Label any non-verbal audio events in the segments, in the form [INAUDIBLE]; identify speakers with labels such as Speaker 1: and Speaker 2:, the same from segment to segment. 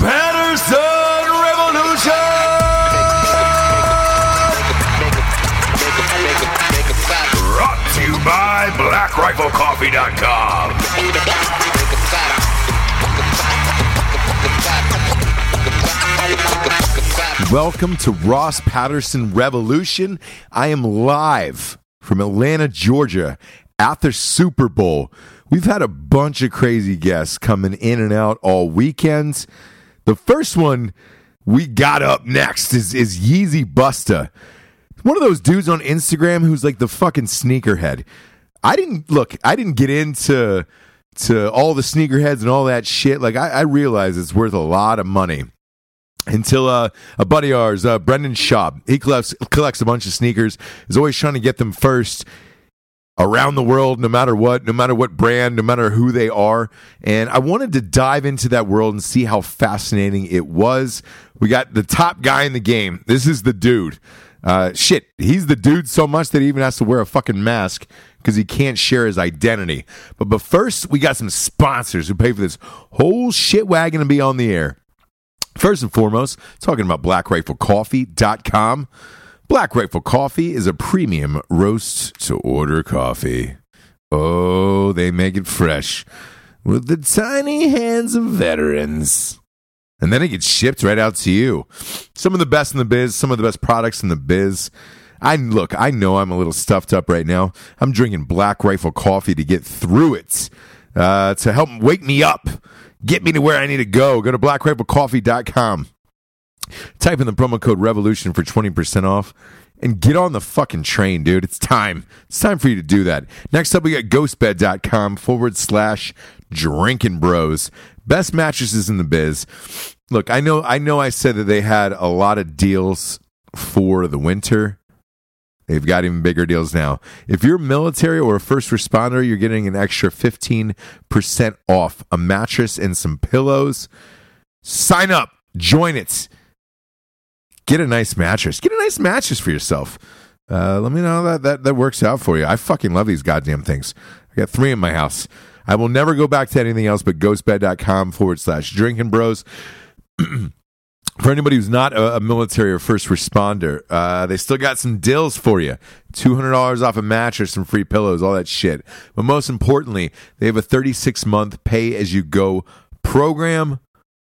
Speaker 1: Patterson Revolution!
Speaker 2: Brought to you by BlackRifleCoffee.com.
Speaker 1: Welcome to Ross Patterson Revolution. I am live from Atlanta, Georgia, at the Super Bowl. We've had a bunch of crazy guests coming in and out all weekends. The first one we got up next is, is Yeezy Busta. One of those dudes on Instagram who's like the fucking sneakerhead. I didn't look, I didn't get into to all the sneakerheads and all that shit. Like I, I realize it's worth a lot of money until uh, a buddy of ours, uh, Brendan Schaub, he collects, collects a bunch of sneakers, is always trying to get them first around the world, no matter what, no matter what brand, no matter who they are. And I wanted to dive into that world and see how fascinating it was. We got the top guy in the game. This is the dude. Uh, shit, he's the dude so much that he even has to wear a fucking mask because he can't share his identity. But, but first, we got some sponsors who pay for this whole shit wagon to be on the air. First and foremost, talking about blackriflecoffee.com. Black Rifle Coffee is a premium roast to order coffee. Oh, they make it fresh with the tiny hands of veterans. And then it gets shipped right out to you. Some of the best in the biz, some of the best products in the biz. I look, I know I'm a little stuffed up right now. I'm drinking Black Rifle coffee to get through it, uh, to help wake me up, get me to where I need to go. Go to blackriflecoffee.com, type in the promo code REVOLUTION for 20% off, and get on the fucking train, dude. It's time. It's time for you to do that. Next up, we got ghostbed.com forward slash drinking bros. Best mattresses in the biz. Look, I know, I know I said that they had a lot of deals for the winter. They've got even bigger deals now. If you're military or a first responder, you're getting an extra 15% off a mattress and some pillows. Sign up, join it. Get a nice mattress. Get a nice mattress for yourself. Uh, let me know how that, that that works out for you. I fucking love these goddamn things. I got three in my house. I will never go back to anything else but ghostbed.com forward slash drinking bros [CLEARS THROAT] for anybody who's not a, a military or first responder, uh, they still got some deals for you. $200 off a mattress, some free pillows, all that shit. But most importantly, they have a 36 month pay as you go program.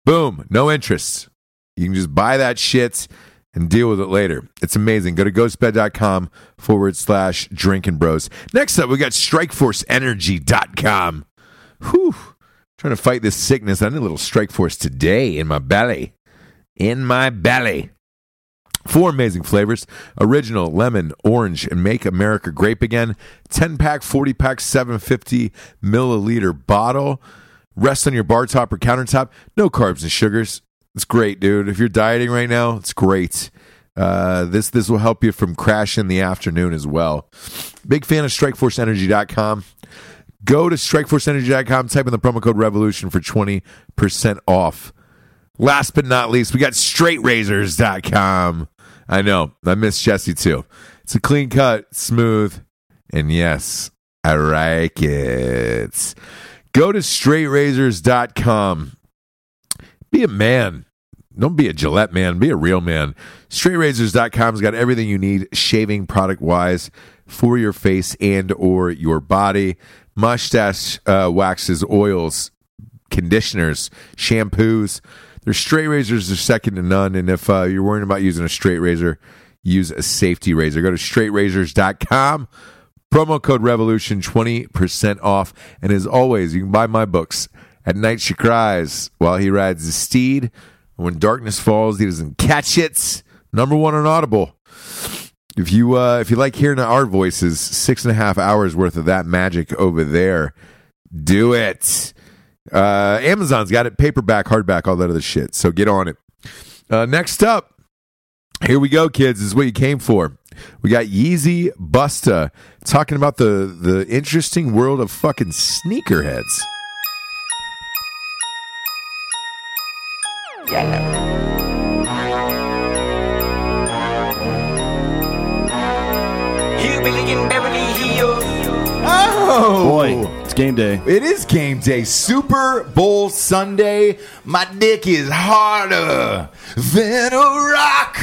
Speaker 1: Boom, no interest. You can just buy that shit and deal with it later. It's amazing. Go to ghostbed.com forward slash drinking bros. Next up, we got strikeforceenergy.com. Whew, trying to fight this sickness. I need a little strike force today in my belly in my belly. Four amazing flavors original, lemon, orange, and make America grape again. 10 pack, 40 pack, 750 milliliter bottle. Rest on your bar top or countertop. No carbs and sugars. It's great, dude. If you're dieting right now, it's great. Uh, this this will help you from crash in the afternoon as well. Big fan of StrikeForceEnergy.com. Go to StrikeForceEnergy.com, type in the promo code REVOLUTION for 20% off. Last but not least, we got straightrazors.com. I know, I miss Jesse too. It's a clean cut, smooth, and yes, I like it. Go to straightrazors.com. Be a man. Don't be a Gillette man, be a real man. Straightrazors.com's got everything you need shaving product wise for your face and or your body. Mustache uh, waxes, oils, conditioners, shampoos. Their straight razors are second to none. And if uh, you're worrying about using a straight razor, use a safety razor. Go to straightrazors.com. Promo code revolution 20% off. And as always, you can buy my books. At night she cries while he rides his steed. And when darkness falls, he doesn't catch it. Number one on Audible. If you uh, if you like hearing our voices, six and a half hours worth of that magic over there. Do it. Uh, Amazon's got it paperback, hardback, all that other shit. So get on it. Uh, next up, here we go, kids. This is what you came for. We got Yeezy Busta talking about the the interesting world of fucking sneakerheads.
Speaker 3: Hillbilly in Beverly Hills.
Speaker 1: Oh
Speaker 4: Boy, it's game day.
Speaker 1: It is game day, Super Bowl Sunday. My dick is harder than a rock,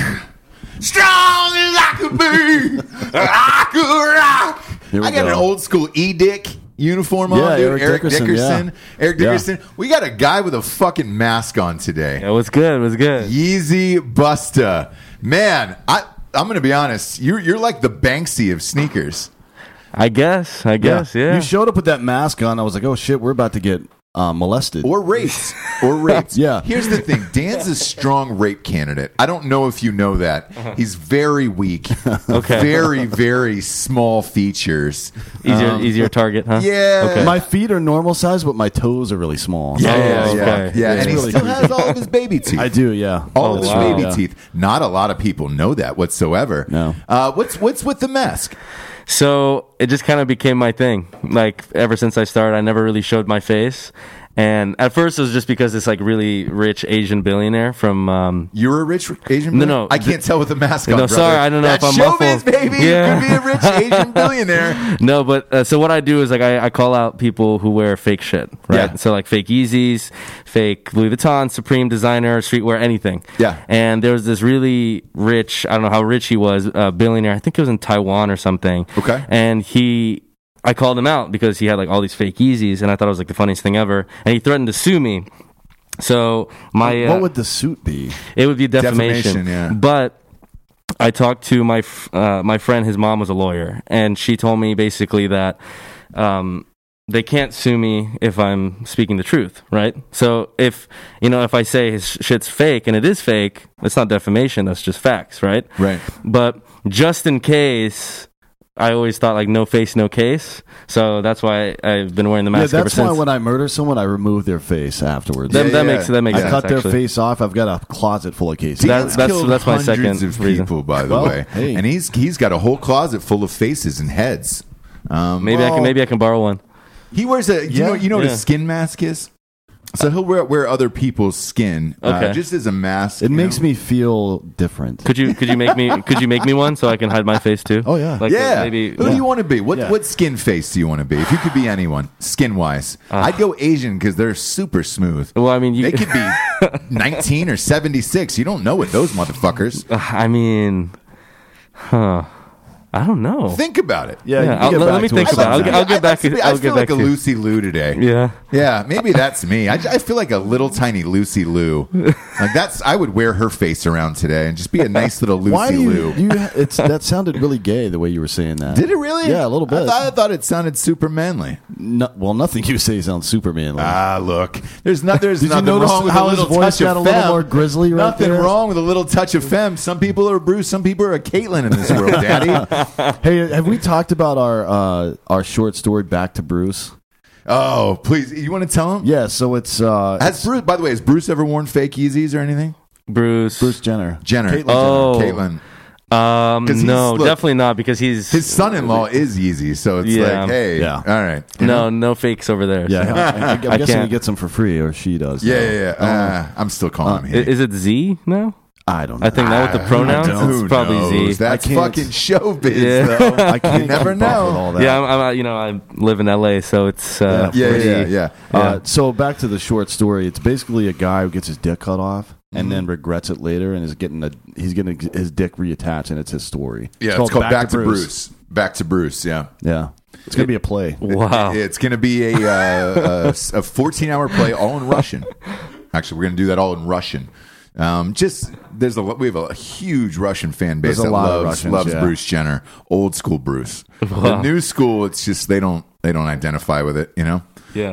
Speaker 1: strong as I could be. I could rock.
Speaker 4: Here we
Speaker 1: I got an
Speaker 4: go.
Speaker 1: old school E Dick uniform
Speaker 4: Yeah,
Speaker 1: on, dude.
Speaker 4: Eric Dickerson, yeah.
Speaker 1: Eric
Speaker 4: Yeah.
Speaker 1: Dickerson. We got a guy with a fucking mask on today.
Speaker 5: Yeah, what's good? What's good?
Speaker 1: Yeezy Busta. Man, I, I'm going to be honest. You're, you're like the Banksy of sneakers.
Speaker 5: I guess. I guess. Yeah.
Speaker 4: You showed up with that mask on. I was like, oh shit, we're about to get uh, molested.
Speaker 1: or raped
Speaker 5: [LAUGHS]
Speaker 1: or raped.
Speaker 4: Yeah.
Speaker 1: Here's the thing: Dan's a strong rape candidate. I don't know if you know that.
Speaker 4: Uh-huh.
Speaker 1: He's very weak.
Speaker 5: [LAUGHS] Okay.
Speaker 1: Very very small features.
Speaker 5: easier. easier target, huh?
Speaker 1: um, Yeah.
Speaker 5: Okay.
Speaker 4: my feet are normal size, but my toes are really small.
Speaker 5: Oh,
Speaker 1: yeah, yeah, yeah.
Speaker 5: okay.
Speaker 1: yeah.
Speaker 4: It's
Speaker 1: And he
Speaker 4: really
Speaker 1: still
Speaker 4: creepy.
Speaker 1: has all of his
Speaker 5: [LAUGHS]
Speaker 1: baby teeth.
Speaker 4: I do, yeah.
Speaker 1: All of
Speaker 5: Oh,
Speaker 1: his
Speaker 5: wow.
Speaker 1: baby
Speaker 4: Yeah.
Speaker 1: teeth. Not a lot of people know that whatsoever.
Speaker 4: No.
Speaker 1: Uh, what's what's with the mask?
Speaker 5: So it just kind of became my thing. Like ever since I started, I never really showed my face, And at first it was just because this like really rich Asian billionaire from um,
Speaker 1: You're a rich Asian
Speaker 5: No,
Speaker 1: billionaire?
Speaker 5: no.
Speaker 1: I can't tell with the mask
Speaker 5: No,
Speaker 1: on. brother.
Speaker 5: sorry, I don't know
Speaker 1: That
Speaker 5: if I'm
Speaker 1: showbiz,
Speaker 5: muffled.
Speaker 1: baby.
Speaker 5: Yeah.
Speaker 1: You could be a rich Asian
Speaker 5: [LAUGHS]
Speaker 1: billionaire.
Speaker 5: No, but uh, so what I do is like I, I call out people who wear fake shit, right?
Speaker 1: Yeah.
Speaker 5: So like fake Yeezys, fake Louis Vuitton, Supreme designer, streetwear, anything.
Speaker 1: Yeah.
Speaker 5: And there was this really rich, I don't know how rich he was, uh, billionaire. I think it was in Taiwan or something.
Speaker 1: Okay.
Speaker 5: And he, I called him out because he had like all these fake Yeezys, and I thought it was like the funniest thing ever. And he threatened to sue me. So my uh,
Speaker 4: What would the suit be?
Speaker 5: it would be defamation.
Speaker 1: Defamation, yeah.
Speaker 5: But I talked to my f- uh, my friend. His mom was a lawyer, and she told me basically that um, they can't sue me if I'm speaking the truth, right? So if you know if I say his shit's fake and it is fake, it's not defamation. That's just facts, right?
Speaker 1: Right.
Speaker 5: But just in case. I always thought like no face, no case. So that's why I've been wearing the
Speaker 4: Yeah,
Speaker 5: mask ever
Speaker 4: that's
Speaker 5: since.
Speaker 4: why when I murder someone, I remove their face afterwards.
Speaker 5: that,
Speaker 1: Yeah,
Speaker 5: that
Speaker 1: yeah.
Speaker 5: makes that makes
Speaker 4: I
Speaker 5: sense.
Speaker 4: cut their
Speaker 5: actually.
Speaker 4: face off. I've got a closet full of cases.
Speaker 5: That-
Speaker 1: Dan's
Speaker 5: that's-
Speaker 1: killed
Speaker 5: that's my
Speaker 1: hundreds
Speaker 5: second
Speaker 1: of
Speaker 5: reason.
Speaker 1: people, by the
Speaker 4: Well,
Speaker 1: way,
Speaker 4: hey.
Speaker 1: and he's he's got a whole closet full of faces and heads. Um,
Speaker 5: Maybe I
Speaker 1: well,
Speaker 5: can maybe I can borrow one.
Speaker 1: he wears a you know you know what
Speaker 5: Yeah.
Speaker 1: a skin mask is. So he'll wear wear other people's skin, uh,
Speaker 5: Okay.
Speaker 1: just as a mask.
Speaker 4: it
Speaker 1: you
Speaker 4: makes
Speaker 1: know?
Speaker 4: me feel different.
Speaker 5: Could you could you make me could you make me one so I can hide my face too?
Speaker 4: Oh, yeah.
Speaker 5: like
Speaker 1: yeah.
Speaker 5: uh, maybe
Speaker 1: Who do you want to be? What
Speaker 4: Yeah.
Speaker 1: what skin face do you want to be? If you could be anyone, skin wise,
Speaker 5: Ah.
Speaker 1: I'd go Asian because they're super smooth.
Speaker 5: Well, I mean, you,
Speaker 1: They
Speaker 5: [LAUGHS]
Speaker 1: could be nineteen or seventy six. You don't know what those
Speaker 5: [LAUGHS]
Speaker 1: motherfuckers
Speaker 5: uh, I mean, huh? I don't know.
Speaker 1: think about it.
Speaker 4: yeah,
Speaker 5: Yeah,
Speaker 4: you can
Speaker 5: I'll-
Speaker 4: get
Speaker 5: let
Speaker 4: back
Speaker 5: me
Speaker 4: to
Speaker 5: think
Speaker 4: us
Speaker 5: about it.
Speaker 4: on
Speaker 5: I'll get-
Speaker 4: that.
Speaker 5: I'll get back
Speaker 1: I, I,
Speaker 5: to-
Speaker 1: I
Speaker 5: I'll
Speaker 1: feel
Speaker 5: get
Speaker 1: like
Speaker 5: back
Speaker 1: a
Speaker 5: to you.
Speaker 1: Lucy Lou today.
Speaker 5: yeah,
Speaker 1: Yeah, maybe that's me. I, I feel like a little tiny Lucy Lou. Like that's I would wear her face around today and just be a nice little Lucy
Speaker 4: [LAUGHS] Why do
Speaker 1: Lou.
Speaker 4: you, you?
Speaker 1: [LAUGHS]
Speaker 4: It's that sounded really gay the way you were saying that.
Speaker 1: Did it really?
Speaker 4: Yeah, a little bit.
Speaker 1: I thought, I thought it sounded super manly.
Speaker 4: No, well, nothing you say sounds Superman. Like.
Speaker 1: Ah, look. There's not. There's
Speaker 4: Did you
Speaker 1: nothing
Speaker 4: notice
Speaker 1: wrong with
Speaker 4: how
Speaker 1: a
Speaker 4: his
Speaker 1: little
Speaker 4: voice
Speaker 1: touch of
Speaker 4: got a little
Speaker 1: femme.
Speaker 4: more grizzly right
Speaker 1: Nothing
Speaker 4: there?
Speaker 1: wrong with a little touch of femme. Some people are Bruce. Some people are Caitlyn in this world, [LAUGHS] Daddy.
Speaker 4: hey, have we talked about our uh, our short story back to Bruce?
Speaker 1: oh, please. You want to tell him?
Speaker 4: Yeah, so it's uh,
Speaker 1: Has Bruce? By the way, has Bruce ever worn fake Yeezys or anything?
Speaker 5: Bruce.
Speaker 1: [LAUGHS]
Speaker 4: Bruce Jenner.
Speaker 1: Jenner.
Speaker 4: Caitlyn
Speaker 5: Oh.
Speaker 1: Jenner. Caitlyn.
Speaker 5: Um,
Speaker 1: 'Cause he's-
Speaker 5: no,
Speaker 1: look-
Speaker 5: definitely not because he's
Speaker 1: His son-in-law is Yeezy, so it's
Speaker 5: Yeah.
Speaker 1: like, hey,
Speaker 4: Yeah.
Speaker 1: all right.
Speaker 5: no no fakes over there.
Speaker 4: Yeah,
Speaker 5: so.
Speaker 4: I, I, I'm
Speaker 5: I
Speaker 4: guessing he
Speaker 5: can't.
Speaker 4: gets them for free, or she does.
Speaker 1: Yeah, yeah, yeah. Uh, I'm still calling him. Ah,
Speaker 5: I-
Speaker 1: he.
Speaker 5: Is it Z now?
Speaker 4: I don't. Know.
Speaker 5: I think now with the pronouns,
Speaker 1: Who
Speaker 5: it's probably
Speaker 1: knows?
Speaker 5: Z.
Speaker 1: That's
Speaker 4: I can't-
Speaker 1: fucking showbiz,
Speaker 5: Yeah.
Speaker 1: though.
Speaker 4: I
Speaker 1: [LAUGHS]
Speaker 4: can't
Speaker 1: You never
Speaker 4: keep up
Speaker 1: know.
Speaker 4: with all that.
Speaker 5: Yeah, I'm, I'm, uh, you know I live in LA, so it's uh,
Speaker 1: Yeah,
Speaker 5: pretty-
Speaker 1: yeah, yeah.
Speaker 4: Uh, so back to the short story. It's basically a guy who gets his dick cut off and then regrets it later, and is getting a he's getting his dick reattached, and it's his story.
Speaker 1: Yeah, it's, called Back, to, Bruce. Back to Bruce, yeah.
Speaker 4: Yeah, it's gonna be a play.
Speaker 5: Wow.
Speaker 1: It's going to be a, uh, a, a 14 hour play all in Russian. Actually, we're going to do that all in Russian. Um, just there's a lo- we have a huge Russian fan base
Speaker 4: There's a
Speaker 1: that
Speaker 4: lot of
Speaker 1: loves
Speaker 4: Russians,
Speaker 1: loves
Speaker 4: yeah.
Speaker 1: Bruce Jenner, old school Bruce. The new school, it's just they don't they don't identify with it, you know.
Speaker 5: Yeah.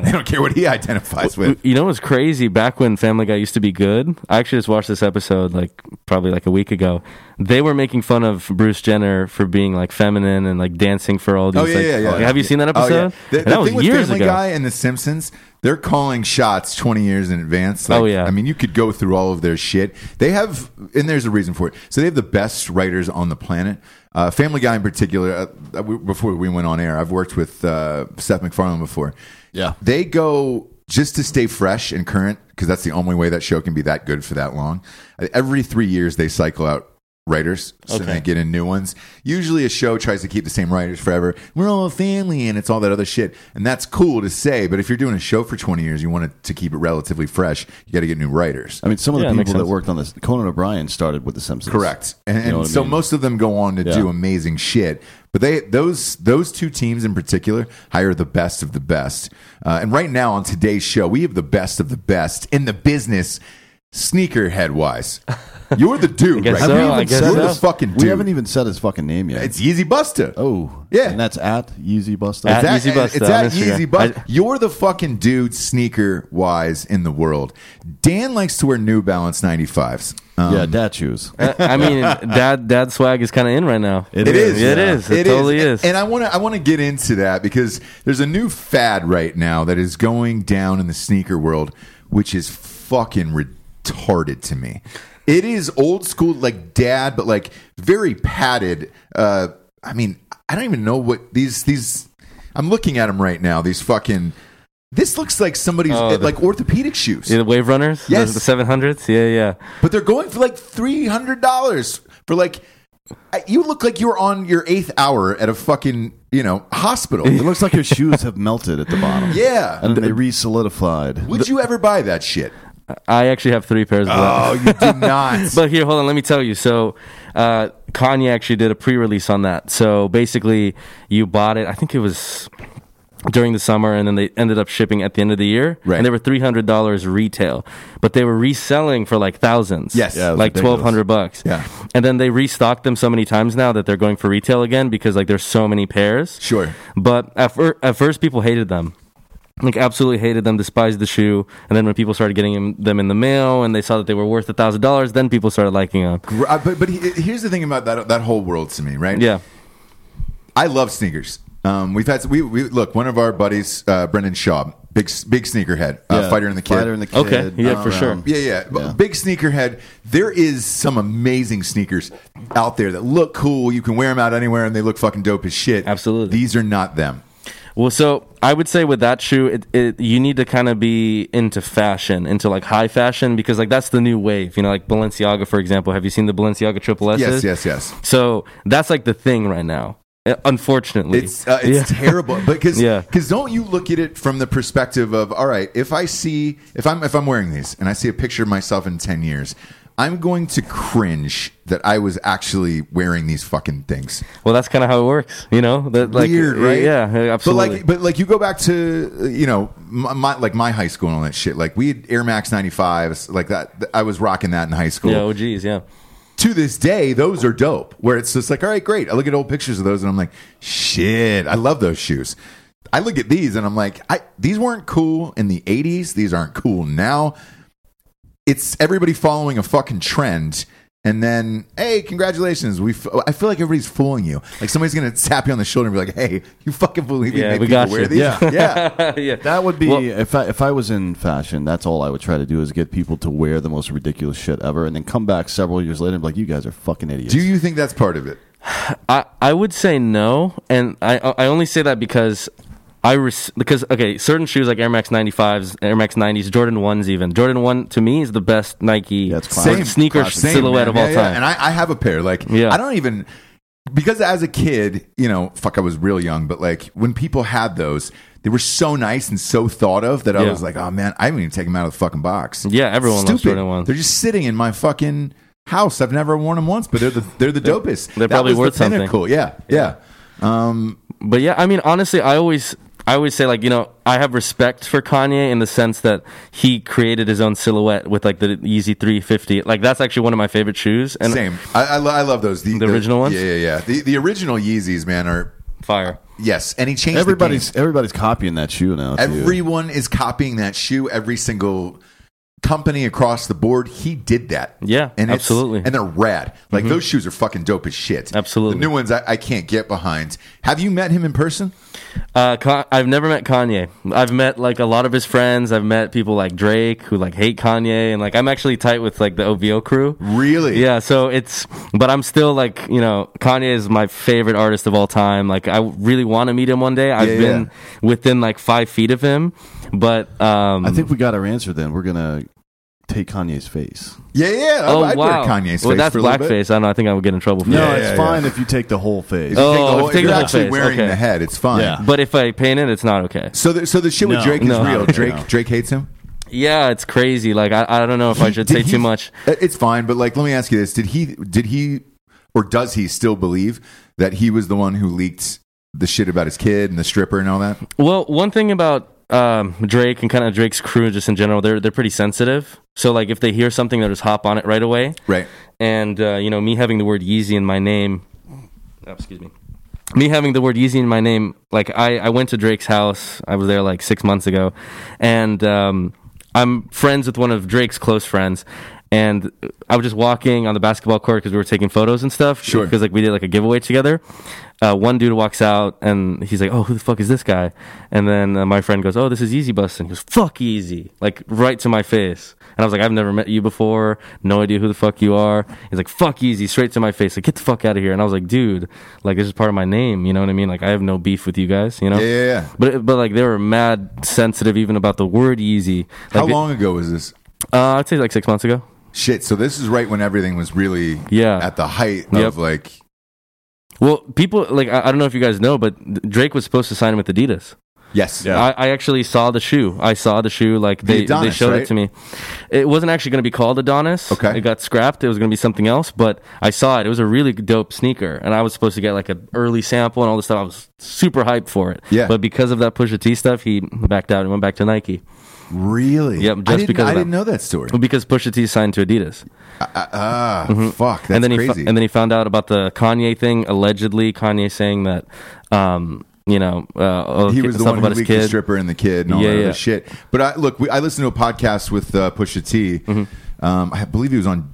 Speaker 1: [LAUGHS] they don't care what he identifies with.
Speaker 5: You know what's crazy? Back when Family Guy used to be good, I actually just watched this episode like probably like a week ago. They were making fun of Bruce Jenner for being like feminine and like dancing for all these.
Speaker 1: Oh yeah,
Speaker 5: like,
Speaker 1: yeah, yeah.
Speaker 5: like, Have you seen that
Speaker 1: Oh, yeah.
Speaker 5: episode?
Speaker 1: The, the
Speaker 5: And
Speaker 1: thing
Speaker 5: that was
Speaker 1: with
Speaker 5: years
Speaker 1: Family
Speaker 5: ago.
Speaker 1: Guy and The Simpsons, they're calling shots twenty years in advance. Like,
Speaker 5: Oh, yeah.
Speaker 1: I mean, you could go through all of their shit. They have, and there's a reason for it. So they have the best writers on the planet. Uh, Family Guy in particular. Uh, we, before we went on air, I've worked with uh, Seth MacFarlane before.
Speaker 4: Yeah.
Speaker 1: they go just to stay fresh and current because that's the only way that show can be that good for that long. Uh, Every three years, they cycle out writers so they get in new ones. Usually, a show tries to keep the same writers forever. We're all a family, and it's all that other shit, and that's cool to say. But if you're doing a show for 20 years, you want it to keep it relatively fresh. You got to get new writers.
Speaker 4: I mean, some of
Speaker 5: Yeah, it
Speaker 4: the
Speaker 5: makes
Speaker 4: people that
Speaker 5: sense.
Speaker 4: worked on this, Conan O'Brien started with The Simpsons.
Speaker 1: Correct. And,
Speaker 4: You know what I
Speaker 1: so
Speaker 4: mean?
Speaker 1: most of them go on to do
Speaker 4: Yeah.
Speaker 1: amazing shit. But they those those two teams in particular hire the best of the best. Uh, and right now on today's show, we have the best of the best in the business, sneakerhead wise. You're
Speaker 4: [LAUGHS]
Speaker 1: the dude,
Speaker 5: guess
Speaker 1: right?
Speaker 5: so,
Speaker 1: now.
Speaker 5: I guess
Speaker 1: You're
Speaker 5: so.
Speaker 1: the fucking dude.
Speaker 4: We haven't even said his fucking name yet.
Speaker 1: it's Yeezy Busta.
Speaker 4: oh
Speaker 1: Yeah.
Speaker 4: and that's at Yeezy Busta.
Speaker 5: At-
Speaker 1: It's
Speaker 5: Yeezy
Speaker 1: that-
Speaker 5: Busta
Speaker 1: It's
Speaker 5: on
Speaker 1: that
Speaker 5: Instagram.
Speaker 1: Yeezy Busta.
Speaker 5: I-
Speaker 1: You're the fucking dude, sneaker wise, in the world. Dan likes to wear New Balance 95s. Um,
Speaker 4: yeah, dad shoes.
Speaker 5: Uh,
Speaker 1: [LAUGHS]
Speaker 5: I mean, dad dad swag is kind of in right now.
Speaker 4: It
Speaker 1: It is.
Speaker 4: Yeah.
Speaker 5: It is. It, totally is.
Speaker 1: And I want to I want to get into that because there's a new fad right now that is going down in the sneaker world, which is fucking retarded to me. It is old school, like dad, but like very padded. Uh, I mean, I don't even know what these these. I'm looking at them right now. These fucking This looks like somebody's
Speaker 5: Oh,
Speaker 1: uh,
Speaker 5: the-
Speaker 1: like orthopedic shoes,
Speaker 5: Yeah, the Wave Runners? Those-
Speaker 1: Yes.
Speaker 5: The 700s? Yeah, yeah.
Speaker 1: but they're going for like three hundred dollars for like. I- You look like you were on your eighth hour at a fucking you know hospital. [LAUGHS]
Speaker 4: It looks like your shoes have melted at the bottom.
Speaker 1: Yeah.
Speaker 4: And then they re-solidified.
Speaker 1: Would you ever buy that shit?
Speaker 5: I actually have three pairs of that.
Speaker 1: Oh, [LAUGHS] you do not.
Speaker 5: But here, hold on. Let me tell you. So, uh, Kanye actually did a pre-release on that. So basically, you bought it. I think it was during the summer, and then they ended up shipping at the end of the year.
Speaker 1: Right.
Speaker 5: And they were three hundred dollars retail, but they were reselling for like thousands.
Speaker 1: Yes. Yeah, it was
Speaker 5: like
Speaker 4: ridiculous.
Speaker 5: twelve hundred bucks.
Speaker 1: Yeah.
Speaker 5: And then they restocked them so many times now that they're going for retail again because like there's so many pairs.
Speaker 1: Sure.
Speaker 5: But at, fir- at first, people hated them. Like absolutely hated them, despised the shoe, and then when people started getting him- them in the mail and they saw that they were worth a thousand dollars, then people started liking them.
Speaker 1: Gr- uh, But, but he- here's the thing about that that whole world to me, right?
Speaker 5: Yeah,
Speaker 1: I love sneakers. Um, we've had we, we look one of our buddies, uh, Brendan Shaw, big big sneakerhead, uh,
Speaker 4: Yeah,
Speaker 1: fighter in the kid.
Speaker 4: Fighter and the kid.
Speaker 5: Okay, yeah, for sure.
Speaker 1: yeah, yeah, b- big sneakerhead. There is some amazing sneakers out there that look cool. You can wear them out anywhere, and they look fucking dope as shit.
Speaker 5: Absolutely.
Speaker 1: These are not them.
Speaker 5: Well, so I would say with that shoe, it, it, you need to kind of be into fashion, into like high fashion, because like that's the new wave. You know, like Balenciaga, for example. Have you seen the Balenciaga Triple S?
Speaker 1: Yes, yes, yes.
Speaker 5: So that's like the thing right now. uh, Unfortunately,
Speaker 1: It's uh, it's
Speaker 5: Yeah.
Speaker 1: terrible because
Speaker 5: [LAUGHS] Yeah.
Speaker 1: because don't you look at it from the perspective of all right if I see if I'm if I'm wearing these and I see a picture of myself in ten years. I'm going to cringe that I was actually wearing these fucking things.
Speaker 5: well, that's kind of how it works. You know, that like
Speaker 1: Weird, right?
Speaker 5: Yeah, absolutely.
Speaker 1: But like, but like, you go back to uh, you know my, my like my high school and all that shit. Like we had Air Max 95s, like that. th- I was rocking that in high school.
Speaker 5: yeah, oh geez, yeah.
Speaker 1: To this day, those are dope. Where it's just like, all right, great. I look at old pictures of those and I'm like, shit, I love those shoes. I look at these and I'm like, I, these weren't cool in the 80s. These aren't cool now. It's everybody following a fucking trend. And then, hey, congratulations! We, f- I feel like everybody's fooling you. Like somebody's gonna tap you on the shoulder and be like, "Hey, you fucking believe we
Speaker 5: Yeah,
Speaker 1: made
Speaker 5: we
Speaker 1: people
Speaker 5: got
Speaker 1: wear
Speaker 5: you.
Speaker 1: these?"
Speaker 4: Yeah.
Speaker 1: yeah.
Speaker 5: [LAUGHS] yeah.
Speaker 4: That would be
Speaker 5: Well-
Speaker 4: if I if I was in fashion. That's all I would try to do is get people to wear the most ridiculous shit ever, and then come back several years later and be like, "You guys are fucking idiots."
Speaker 1: Do you think that's part of it?
Speaker 5: I, I would say no, and I I only say that because I res- because okay, certain shoes like Air Max 95s, Air Max 90s, Jordan 1s even. Jordan 1 to me is the best Nike
Speaker 4: Yeah, it's classic.
Speaker 5: sort of sneaker
Speaker 4: Classic.
Speaker 1: Same, man.
Speaker 5: silhouette of all
Speaker 1: Yeah, yeah.
Speaker 5: time.
Speaker 1: And I, I have a pair. Like,
Speaker 5: Yeah.
Speaker 1: I don't even because as a kid, you know, fuck, I was real young, but like when people had those, they were so nice and so thought of that I
Speaker 5: Yeah.
Speaker 1: was like, oh man, I haven't even taken them out of the fucking box.
Speaker 5: Yeah, everyone loves
Speaker 1: Stupid.
Speaker 5: Jordan ones.
Speaker 1: They're just sitting in my fucking house. I've never worn them once, but they're the they're the dopest.
Speaker 5: they're
Speaker 1: That
Speaker 5: probably
Speaker 1: was the
Speaker 5: worth something.
Speaker 1: pinnacle. Yeah, yeah,
Speaker 5: but yeah, I mean, honestly, I always, I always say like, you know, I have respect for Kanye in the sense that he created his own silhouette with like the Yeezy 350. Like that's actually one of my favorite shoes. And
Speaker 1: same. I, I, lo- I love those. The,
Speaker 5: original ones?
Speaker 1: Yeah, yeah, yeah. The the original Yeezys, man, are
Speaker 5: fire.
Speaker 1: yes, and he changed. the game.
Speaker 4: everybody's everybody's copying that shoe now. too.
Speaker 1: Everyone is copying that shoe. Every single company across the board, he did that.
Speaker 5: Yeah,
Speaker 1: it's-
Speaker 5: absolutely. Mm-hmm.
Speaker 1: And they're rad. Like those shoes are fucking dope as shit.
Speaker 5: Absolutely.
Speaker 1: The new ones I, I can't get behind. Have you met him in person?
Speaker 5: Uh, Con- I've never met Kanye. I've met like a lot of his friends. I've met people like Drake who like hate Kanye, and like I'm actually tight with like the OVO crew.
Speaker 1: Really?
Speaker 5: Yeah. So it's, but I'm still like you know Kanye is my favorite artist of all time. Like I really want to meet him one day. I've
Speaker 1: Yeah,
Speaker 5: been within like five feet of him, but um,
Speaker 4: I think we got our answer. Then we're gonna take Kanye's face.
Speaker 1: Yeah, yeah.
Speaker 5: oh
Speaker 1: I'd
Speaker 5: wow,
Speaker 1: wear Kanye's
Speaker 5: well
Speaker 1: face
Speaker 5: that's
Speaker 1: for a little bit.
Speaker 5: blackface. I don't know. I think I would get in trouble for
Speaker 4: No,
Speaker 5: that.
Speaker 1: yeah,
Speaker 4: it's
Speaker 1: yeah.
Speaker 4: fine if you take the whole face.
Speaker 1: If you
Speaker 5: Oh,
Speaker 1: take the
Speaker 5: if
Speaker 1: whole-
Speaker 5: you
Speaker 1: if
Speaker 5: take
Speaker 1: you're
Speaker 5: the whole
Speaker 1: actually
Speaker 5: face,
Speaker 1: wearing
Speaker 5: okay.
Speaker 1: the head, it's fine.
Speaker 4: Yeah.
Speaker 5: But if I paint it, it's not okay.
Speaker 1: So the, so the shit with
Speaker 4: No,
Speaker 1: Drake
Speaker 5: no.
Speaker 1: is
Speaker 5: [LAUGHS]
Speaker 1: real. Drake
Speaker 4: No.
Speaker 1: Drake hates him.
Speaker 5: Yeah, it's crazy. Like I, I don't know if I
Speaker 1: He-
Speaker 5: should
Speaker 1: did
Speaker 5: say
Speaker 1: he- Uh,
Speaker 5: too much.
Speaker 1: It's fine, but like, let me ask you this: Did he, did he, or does he still believe that he was the one who leaked the shit about his kid and the stripper and all that?
Speaker 5: Well, one thing about um, Drake and kind of Drake's crew just in general, they're they're pretty sensitive. So like if they hear something, they'll just hop on it right away.
Speaker 1: Right.
Speaker 5: And uh, you know, me having the word Yeezy in my name, oh, excuse me, me having the word Yeezy in my name, like I I went to Drake's house. I was there like six months ago, and um, I'm friends with one of Drake's close friends. And I was just walking on the basketball court because we were taking photos and stuff.
Speaker 1: Sure.
Speaker 5: Because like we did like a giveaway together uh, one dude walks out and he's like, "Oh, who the fuck is this guy?" And then uh, my friend goes, "Oh, this is Easy Bus," and he goes, "Fuck Easy!" Like right to my face. And I was like, I've never met you before. No idea who the fuck you are. He's like, fuck easy, straight to my face. Like, get the fuck out of here. And I was like, dude, like, this is part of my name. You know what I mean? Like, I have no beef with you guys, you know?
Speaker 1: Yeah, yeah, yeah.
Speaker 5: But, but Oh. like, they were mad sensitive even about the word easy. Like,
Speaker 1: How long ago was this?
Speaker 5: Uh, I'd say like six months ago.
Speaker 1: Shit. So this is right when everything was really
Speaker 5: Yeah.
Speaker 1: at the height
Speaker 5: Yep.
Speaker 1: of like.
Speaker 5: Well, people, like, I, I don't know if you guys know, but Drake was supposed to sign with Adidas.
Speaker 1: Yes.
Speaker 5: I, I actually saw the shoe. I saw the shoe. Like
Speaker 1: The
Speaker 5: they,
Speaker 1: Adonis,
Speaker 5: they showed
Speaker 1: right?
Speaker 5: it to me. It wasn't actually going to be called Adonis.
Speaker 1: Okay.
Speaker 5: It got scrapped. It was going to be something else. But I saw it. It was a really dope sneaker, and I was supposed to get like an early sample and all this stuff. I was super hyped for it.
Speaker 1: Yeah.
Speaker 5: But because of that Pusha T stuff, he backed out and went back to Nike.
Speaker 1: Really?
Speaker 5: Yep, just
Speaker 1: I didn't,
Speaker 5: because of
Speaker 1: I
Speaker 5: that.
Speaker 1: didn't know that story.
Speaker 5: Well, because Pusha T signed to Adidas,
Speaker 1: Ah, fuck. That's
Speaker 5: Mm-hmm. and then he
Speaker 1: crazy.
Speaker 5: fo- and then he found out about the Kanye thing. Allegedly, Kanye saying that, um, you know, uh, oh,
Speaker 1: he was the one
Speaker 5: stuff
Speaker 1: who
Speaker 5: about his
Speaker 1: leaked the
Speaker 5: kid.
Speaker 1: stripper and the kid and all
Speaker 5: Yeah,
Speaker 1: that
Speaker 5: yeah.
Speaker 1: other shit. But I look, we, I listened to a podcast with uh, Pusha T.
Speaker 5: Mm-hmm.
Speaker 1: Um, I believe he was on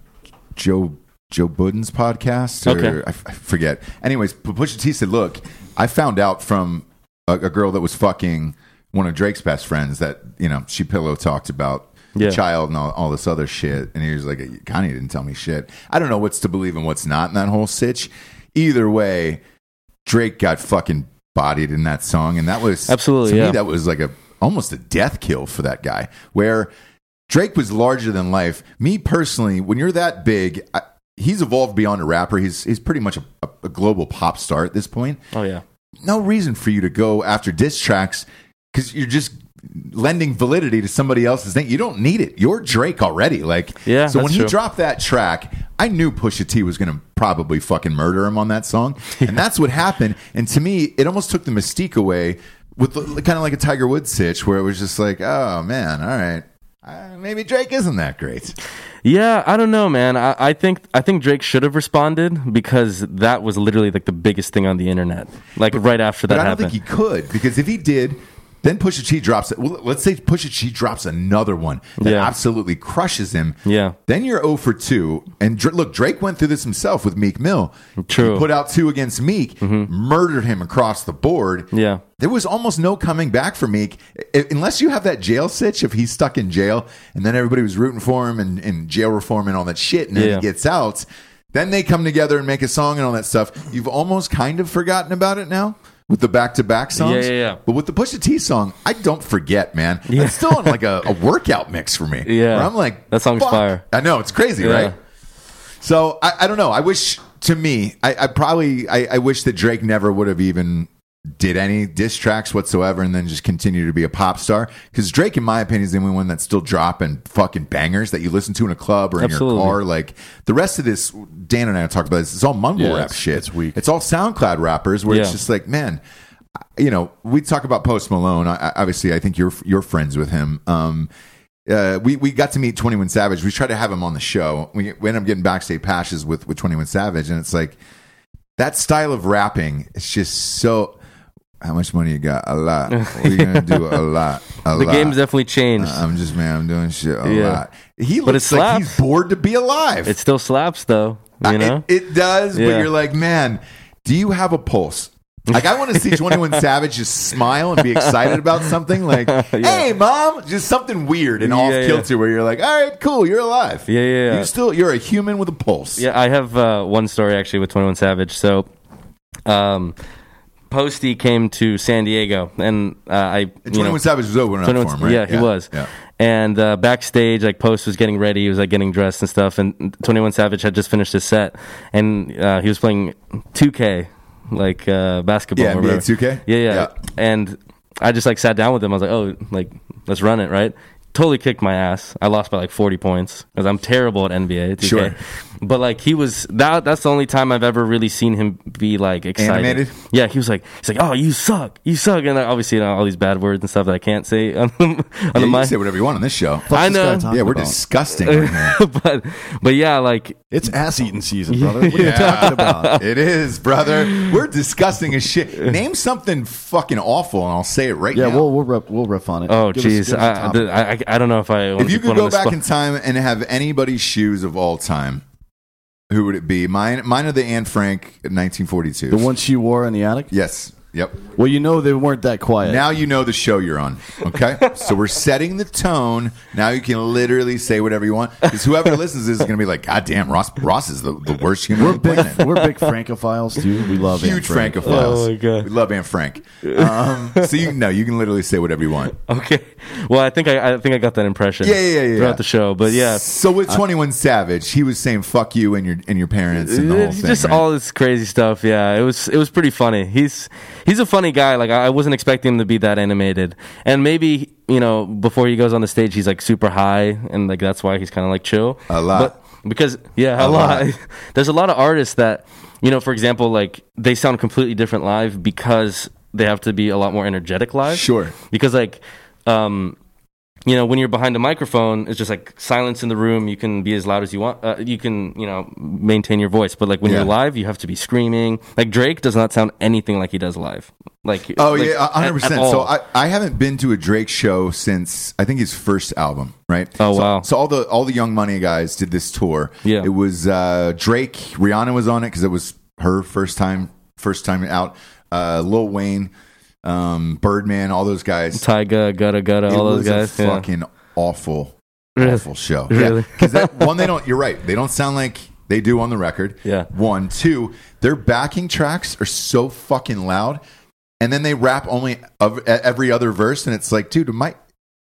Speaker 1: Joe Joe Budden's podcast. Or
Speaker 5: Okay.
Speaker 1: I, f- I forget. Anyways, P- Pusha T said, "Look, I found out from a, a girl that was fucking one of Drake's best friends that you know she pillow talked about." the
Speaker 5: Yeah.
Speaker 1: child and all, all this other shit and he was like kanye didn't tell me shit i don't know what's to believe and what's not in that whole sitch either way Drake got fucking bodied in that song, and that was
Speaker 5: Absolutely,
Speaker 1: to me
Speaker 5: yeah.
Speaker 1: that was like a almost a death kill for that guy. Where Drake was larger than life. Me personally, when you're that big, I, he's evolved beyond a rapper. He's he's pretty much a, a, a global pop star at this point.
Speaker 5: Oh yeah.
Speaker 1: No reason for you to go after diss tracks because you're just lending validity to somebody else's thing. You don't need it. You're Drake already. Like
Speaker 5: Yeah,
Speaker 1: So when
Speaker 5: that's
Speaker 1: he
Speaker 5: true.
Speaker 1: dropped that track. I knew Pusha T was going to probably fucking murder him on that song, and that's what happened. And to me, it almost took the mystique away with kind of like a Tiger Woods sitch, where it was just like, oh man, all right, uh, maybe Drake isn't that great.
Speaker 5: Yeah, I don't know, man. I, I think I think Drake should have responded because that was literally like the biggest thing on the internet. Like right after that
Speaker 1: But I don't
Speaker 5: happened.
Speaker 1: think he could because if he did, then Pusha T drops. it. Well, let's say Pusha T drops another one that
Speaker 5: Yeah.
Speaker 1: absolutely crushes him.
Speaker 5: Yeah.
Speaker 1: Then you're 0 for 2. And Dra- look, Drake went through this himself with Meek Mill.
Speaker 5: True. Mm-hmm.
Speaker 1: He put out two against Meek, murdered him across the board.
Speaker 5: Yeah.
Speaker 1: There was almost no coming back for Meek I- unless you have that jail sitch. If he's stuck in jail and then everybody was rooting for him and, and jail reform and all that shit, and then
Speaker 5: Yeah.
Speaker 1: he gets out, then they come together and make a song and all that stuff. You've almost kind of forgotten about it now with the back to back songs.
Speaker 5: Yeah, yeah, yeah.
Speaker 1: But with the Pusha T song, I don't forget, man. It's still on
Speaker 5: [LAUGHS]
Speaker 1: like a, a workout mix for me.
Speaker 5: Yeah.
Speaker 1: Where I'm like,
Speaker 5: That song's
Speaker 1: fuck.
Speaker 5: fire.
Speaker 1: I know, it's crazy,
Speaker 5: Yeah.
Speaker 1: right? So I, I don't know. I wish to me, I, I probably I, I wish that Drake never would have even did any diss tracks whatsoever and then just continue to be a pop star. Because Drake, in my opinion, is the only one that's still dropping fucking bangers that you listen to in a club or in
Speaker 5: Absolutely.
Speaker 1: your car. Like the rest of this Dan and I talked about this, it's all mumble
Speaker 4: Yeah,
Speaker 1: rap
Speaker 4: it's-
Speaker 1: shit.
Speaker 4: it's weak.
Speaker 1: It's all SoundCloud rappers where it's
Speaker 5: Yeah.
Speaker 1: just like, man, I- you know, we talk about Post Malone. I, I- obviously, I think you're you're friends with him. Um, uh, we we got to meet Twenty One Savage. We tried to have him on the show. We, we end up getting backstage passes with with Twenty One Savage, and it's like that style of rapping. It's just so. How much money you got? A lot.
Speaker 5: [LAUGHS]
Speaker 1: What are you gonna do? A lot. A
Speaker 5: the
Speaker 1: lot.
Speaker 5: game's definitely changed.
Speaker 1: I'm just man. I'm doing shit a
Speaker 5: Yeah.
Speaker 1: lot. He
Speaker 5: But it
Speaker 1: looks like he's
Speaker 5: slaps.
Speaker 1: bored to be alive.
Speaker 5: it still slaps though.
Speaker 1: I-
Speaker 5: You know?
Speaker 1: it, it does, but
Speaker 5: Yeah.
Speaker 1: you're like, man, do you have a pulse? Like I
Speaker 5: [LAUGHS]
Speaker 1: want to see Twenty One Savage just smile and be excited about something.
Speaker 5: [LAUGHS]
Speaker 1: Like, hey, mom, just something weird and
Speaker 5: Yeah,
Speaker 1: off
Speaker 5: yeah.
Speaker 1: kilter where you're like, all right, cool, you're alive.
Speaker 5: Yeah, yeah, yeah.
Speaker 1: You still, you're a human with a pulse.
Speaker 5: Yeah, I have uh, one story actually with Twenty One Savage. So, um, Posty came to San Diego, and uh, I
Speaker 1: And
Speaker 5: you
Speaker 1: Twenty
Speaker 5: know,
Speaker 1: One Savage was opening up
Speaker 5: 21
Speaker 1: for him, right?
Speaker 5: Yeah, he was.
Speaker 1: Yeah.
Speaker 5: And uh, backstage, like Post was getting ready. He was like getting dressed and stuff. And Twenty One Savage had just finished his set, and uh, he was playing 2K, like uh, basketball.
Speaker 1: Yeah,
Speaker 5: or
Speaker 1: NBA
Speaker 5: whatever.
Speaker 1: 2K?
Speaker 5: Yeah, yeah,
Speaker 1: Yeah.
Speaker 5: And I just like sat down with him. I was like, oh, like let's run it, right? Totally kicked my ass. I lost by like 40 points because I'm terrible at NBA. 2K.
Speaker 1: Sure.
Speaker 5: But like he was that. That's the only time I've ever really seen him be like excited.
Speaker 1: Animated?
Speaker 5: Yeah, he was like, he's like, oh, you suck, you suck, and like, obviously you know, all these bad words and stuff that I can't say [LAUGHS] on,
Speaker 1: Yeah,
Speaker 5: on the
Speaker 1: you can
Speaker 5: mic.
Speaker 1: say whatever you want on this show.
Speaker 5: I know.
Speaker 4: Talking
Speaker 1: Yeah, we're
Speaker 4: about-
Speaker 1: disgusting. right
Speaker 5: [LAUGHS]
Speaker 1: here.
Speaker 5: but but yeah, like
Speaker 4: It's ass eating season, brother. What are you
Speaker 1: [LAUGHS]
Speaker 4: talking about?
Speaker 1: it is, brother. We're disgusting as
Speaker 5: [LAUGHS]
Speaker 1: shit. Name something fucking awful, and I'll say it right
Speaker 4: Yeah,
Speaker 1: now.
Speaker 4: well, we'll rep, we'll ref on it.
Speaker 5: oh
Speaker 4: Give us-
Speaker 5: jeez,
Speaker 4: give us a
Speaker 5: I,
Speaker 4: topic.
Speaker 5: the- I I- I don't know if I wanna
Speaker 1: if you
Speaker 5: put one
Speaker 1: could go
Speaker 5: on the
Speaker 1: back
Speaker 5: spot.
Speaker 1: in time and have anybody's shoes of all time, who would it be? Mine, mine are the Anne Frank 1942.
Speaker 4: the one she wore in the attic.
Speaker 1: Yes. Yep.
Speaker 4: Well, you know they weren't that quiet.
Speaker 1: Now you know the show you're on. Okay. so we're setting the tone. Now you can literally say whatever you want. Because whoever listens to this is going to be like, God damn, Ross, Ross is the, the worst human on the planet.
Speaker 4: We're big Francophiles, dude. We love
Speaker 1: Huge
Speaker 4: Anne Frank.
Speaker 1: Francophiles.
Speaker 5: Oh, my God.
Speaker 1: We love Aunt Frank. Um, so you know, you can literally say whatever you want.
Speaker 5: [LAUGHS] Okay. Well, I think I, I think I got that impression.
Speaker 1: Yeah, yeah, yeah, yeah.
Speaker 5: Throughout the show, but yeah, Uh,
Speaker 1: So with Twenty One Savage, he was saying "fuck you" and your and your parents and the whole
Speaker 5: It's
Speaker 1: thing.
Speaker 5: just
Speaker 1: right?
Speaker 5: all this crazy stuff. Yeah, it was it was pretty funny. He's he's a funny guy. Like I I wasn't expecting him to be that animated, and maybe you know before he goes on the stage, he's like super high, and like that's why he's kind of like chill
Speaker 1: A lot.
Speaker 5: But because yeah, a, lot. [LAUGHS] There's a lot of artists that you know, for example, like they sound completely different live because they have to be a lot more energetic live.
Speaker 1: Sure.
Speaker 5: because like. um you know, when you're behind a microphone, it's just like silence in the room. You can be as loud as you want. Uh, you can, you know, maintain your voice. But like when
Speaker 1: Yeah.
Speaker 5: you're live, you have to be screaming. Like Drake does not sound anything like he does live. Like
Speaker 1: Oh
Speaker 5: like,
Speaker 1: yeah, yeah,
Speaker 5: at-
Speaker 1: hundred
Speaker 5: at
Speaker 1: percent.
Speaker 5: all.
Speaker 1: So I, I haven't been to a Drake show since I think his first album, right?
Speaker 5: Oh,
Speaker 1: So-
Speaker 5: wow.
Speaker 1: So all the all the Young Money guys did this tour.
Speaker 5: Yeah.
Speaker 1: it was uh, Drake, Rihanna was on it because it was her first time first time out. Uh, Lil Wayne, um, Birdman, all those guys.
Speaker 5: Tyga, Gutta Gutta,
Speaker 1: it
Speaker 5: all those
Speaker 1: was
Speaker 5: guys.
Speaker 1: a
Speaker 5: yeah.
Speaker 1: fucking awful,
Speaker 5: Really?
Speaker 1: awful show.
Speaker 5: Really?
Speaker 1: because
Speaker 5: [LAUGHS]
Speaker 1: that one they don't. You're right. They don't sound like they do on the record.
Speaker 5: Yeah.
Speaker 1: One, two. Their backing tracks are so fucking loud, and then they rap only of, e- every other verse, and it's like, dude, am I?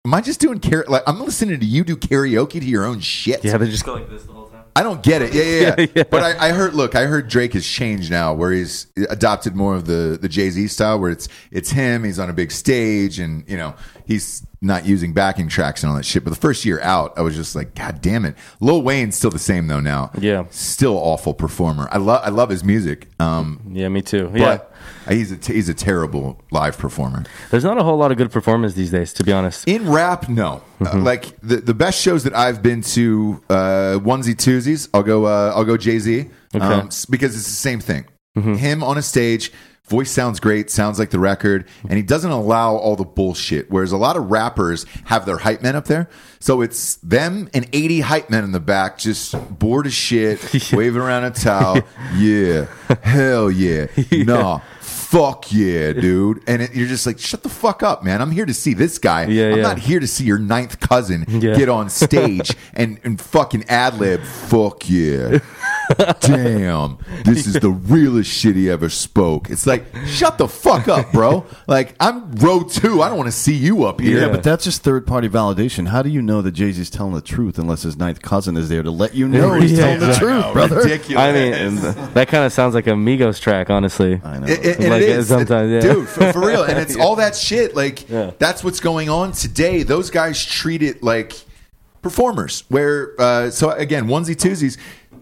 Speaker 1: Am I just doing karaoke? Like I'm listening to you do karaoke to your own shit.
Speaker 5: yeah, they just go like this the whole time.
Speaker 1: I don't get it. Yeah, yeah, yeah.
Speaker 5: [LAUGHS] Yeah, yeah.
Speaker 1: But I, I heard. Look, I heard Drake has changed now, where he's adopted more of the the Jay Z style, where it's it's him. He's on a big stage, and you know he's not using backing tracks and all that shit. But the first year out, I was just like, God damn it. Lil Wayne's still the same though now.
Speaker 5: Yeah.
Speaker 1: still awful performer. I love I love his music. Um,
Speaker 5: Yeah, me too. Yeah,
Speaker 1: but he's a t- he's a terrible live performer.
Speaker 5: there's not a whole lot of good performers these days, to be honest.
Speaker 1: In rap, no. Uh, like the, the best shows that I've been to, uh, onesie twosies. I'll go. Uh, I'll go Jay Z um, s- because it's the same thing. Him on a stage, voice sounds great, sounds like the record, and he doesn't allow all the bullshit. Whereas a lot of rappers have their hype men up there, so it's them and eighty hype men in the back, just bored as shit, waving around a towel. yeah, hell yeah, nah. Fuck yeah, dude! And it, you're just like, shut the fuck up, man. I'm here to see this guy.
Speaker 5: Yeah,
Speaker 1: I'm
Speaker 5: yeah.
Speaker 1: not here to see your ninth cousin
Speaker 5: Yeah.
Speaker 1: get on
Speaker 5: [LAUGHS]
Speaker 1: stage and, and fucking ad lib. Fuck yeah. Damn. This is the realest shit he ever spoke. It's like, shut the fuck up, bro. Like, I'm row two. I don't want to see you up here.
Speaker 4: Yeah, but that's just third party validation. How do you know that Jay Z's telling the truth unless his ninth cousin is there to let you know he's
Speaker 5: Yeah.
Speaker 4: telling the truth, [LAUGHS] brother?
Speaker 1: Ridiculous.
Speaker 5: I mean, that kind of sounds like a Migos track, honestly.
Speaker 4: I know.
Speaker 1: It- it- and
Speaker 5: Like,
Speaker 1: it
Speaker 5: uh,
Speaker 1: is
Speaker 5: sometimes, yeah.
Speaker 1: dude, for, for real.
Speaker 5: [LAUGHS]
Speaker 1: And it's all that shit. Like that's what's going on today. Those guys treat it like performers. Where uh, so again, onesie twosies.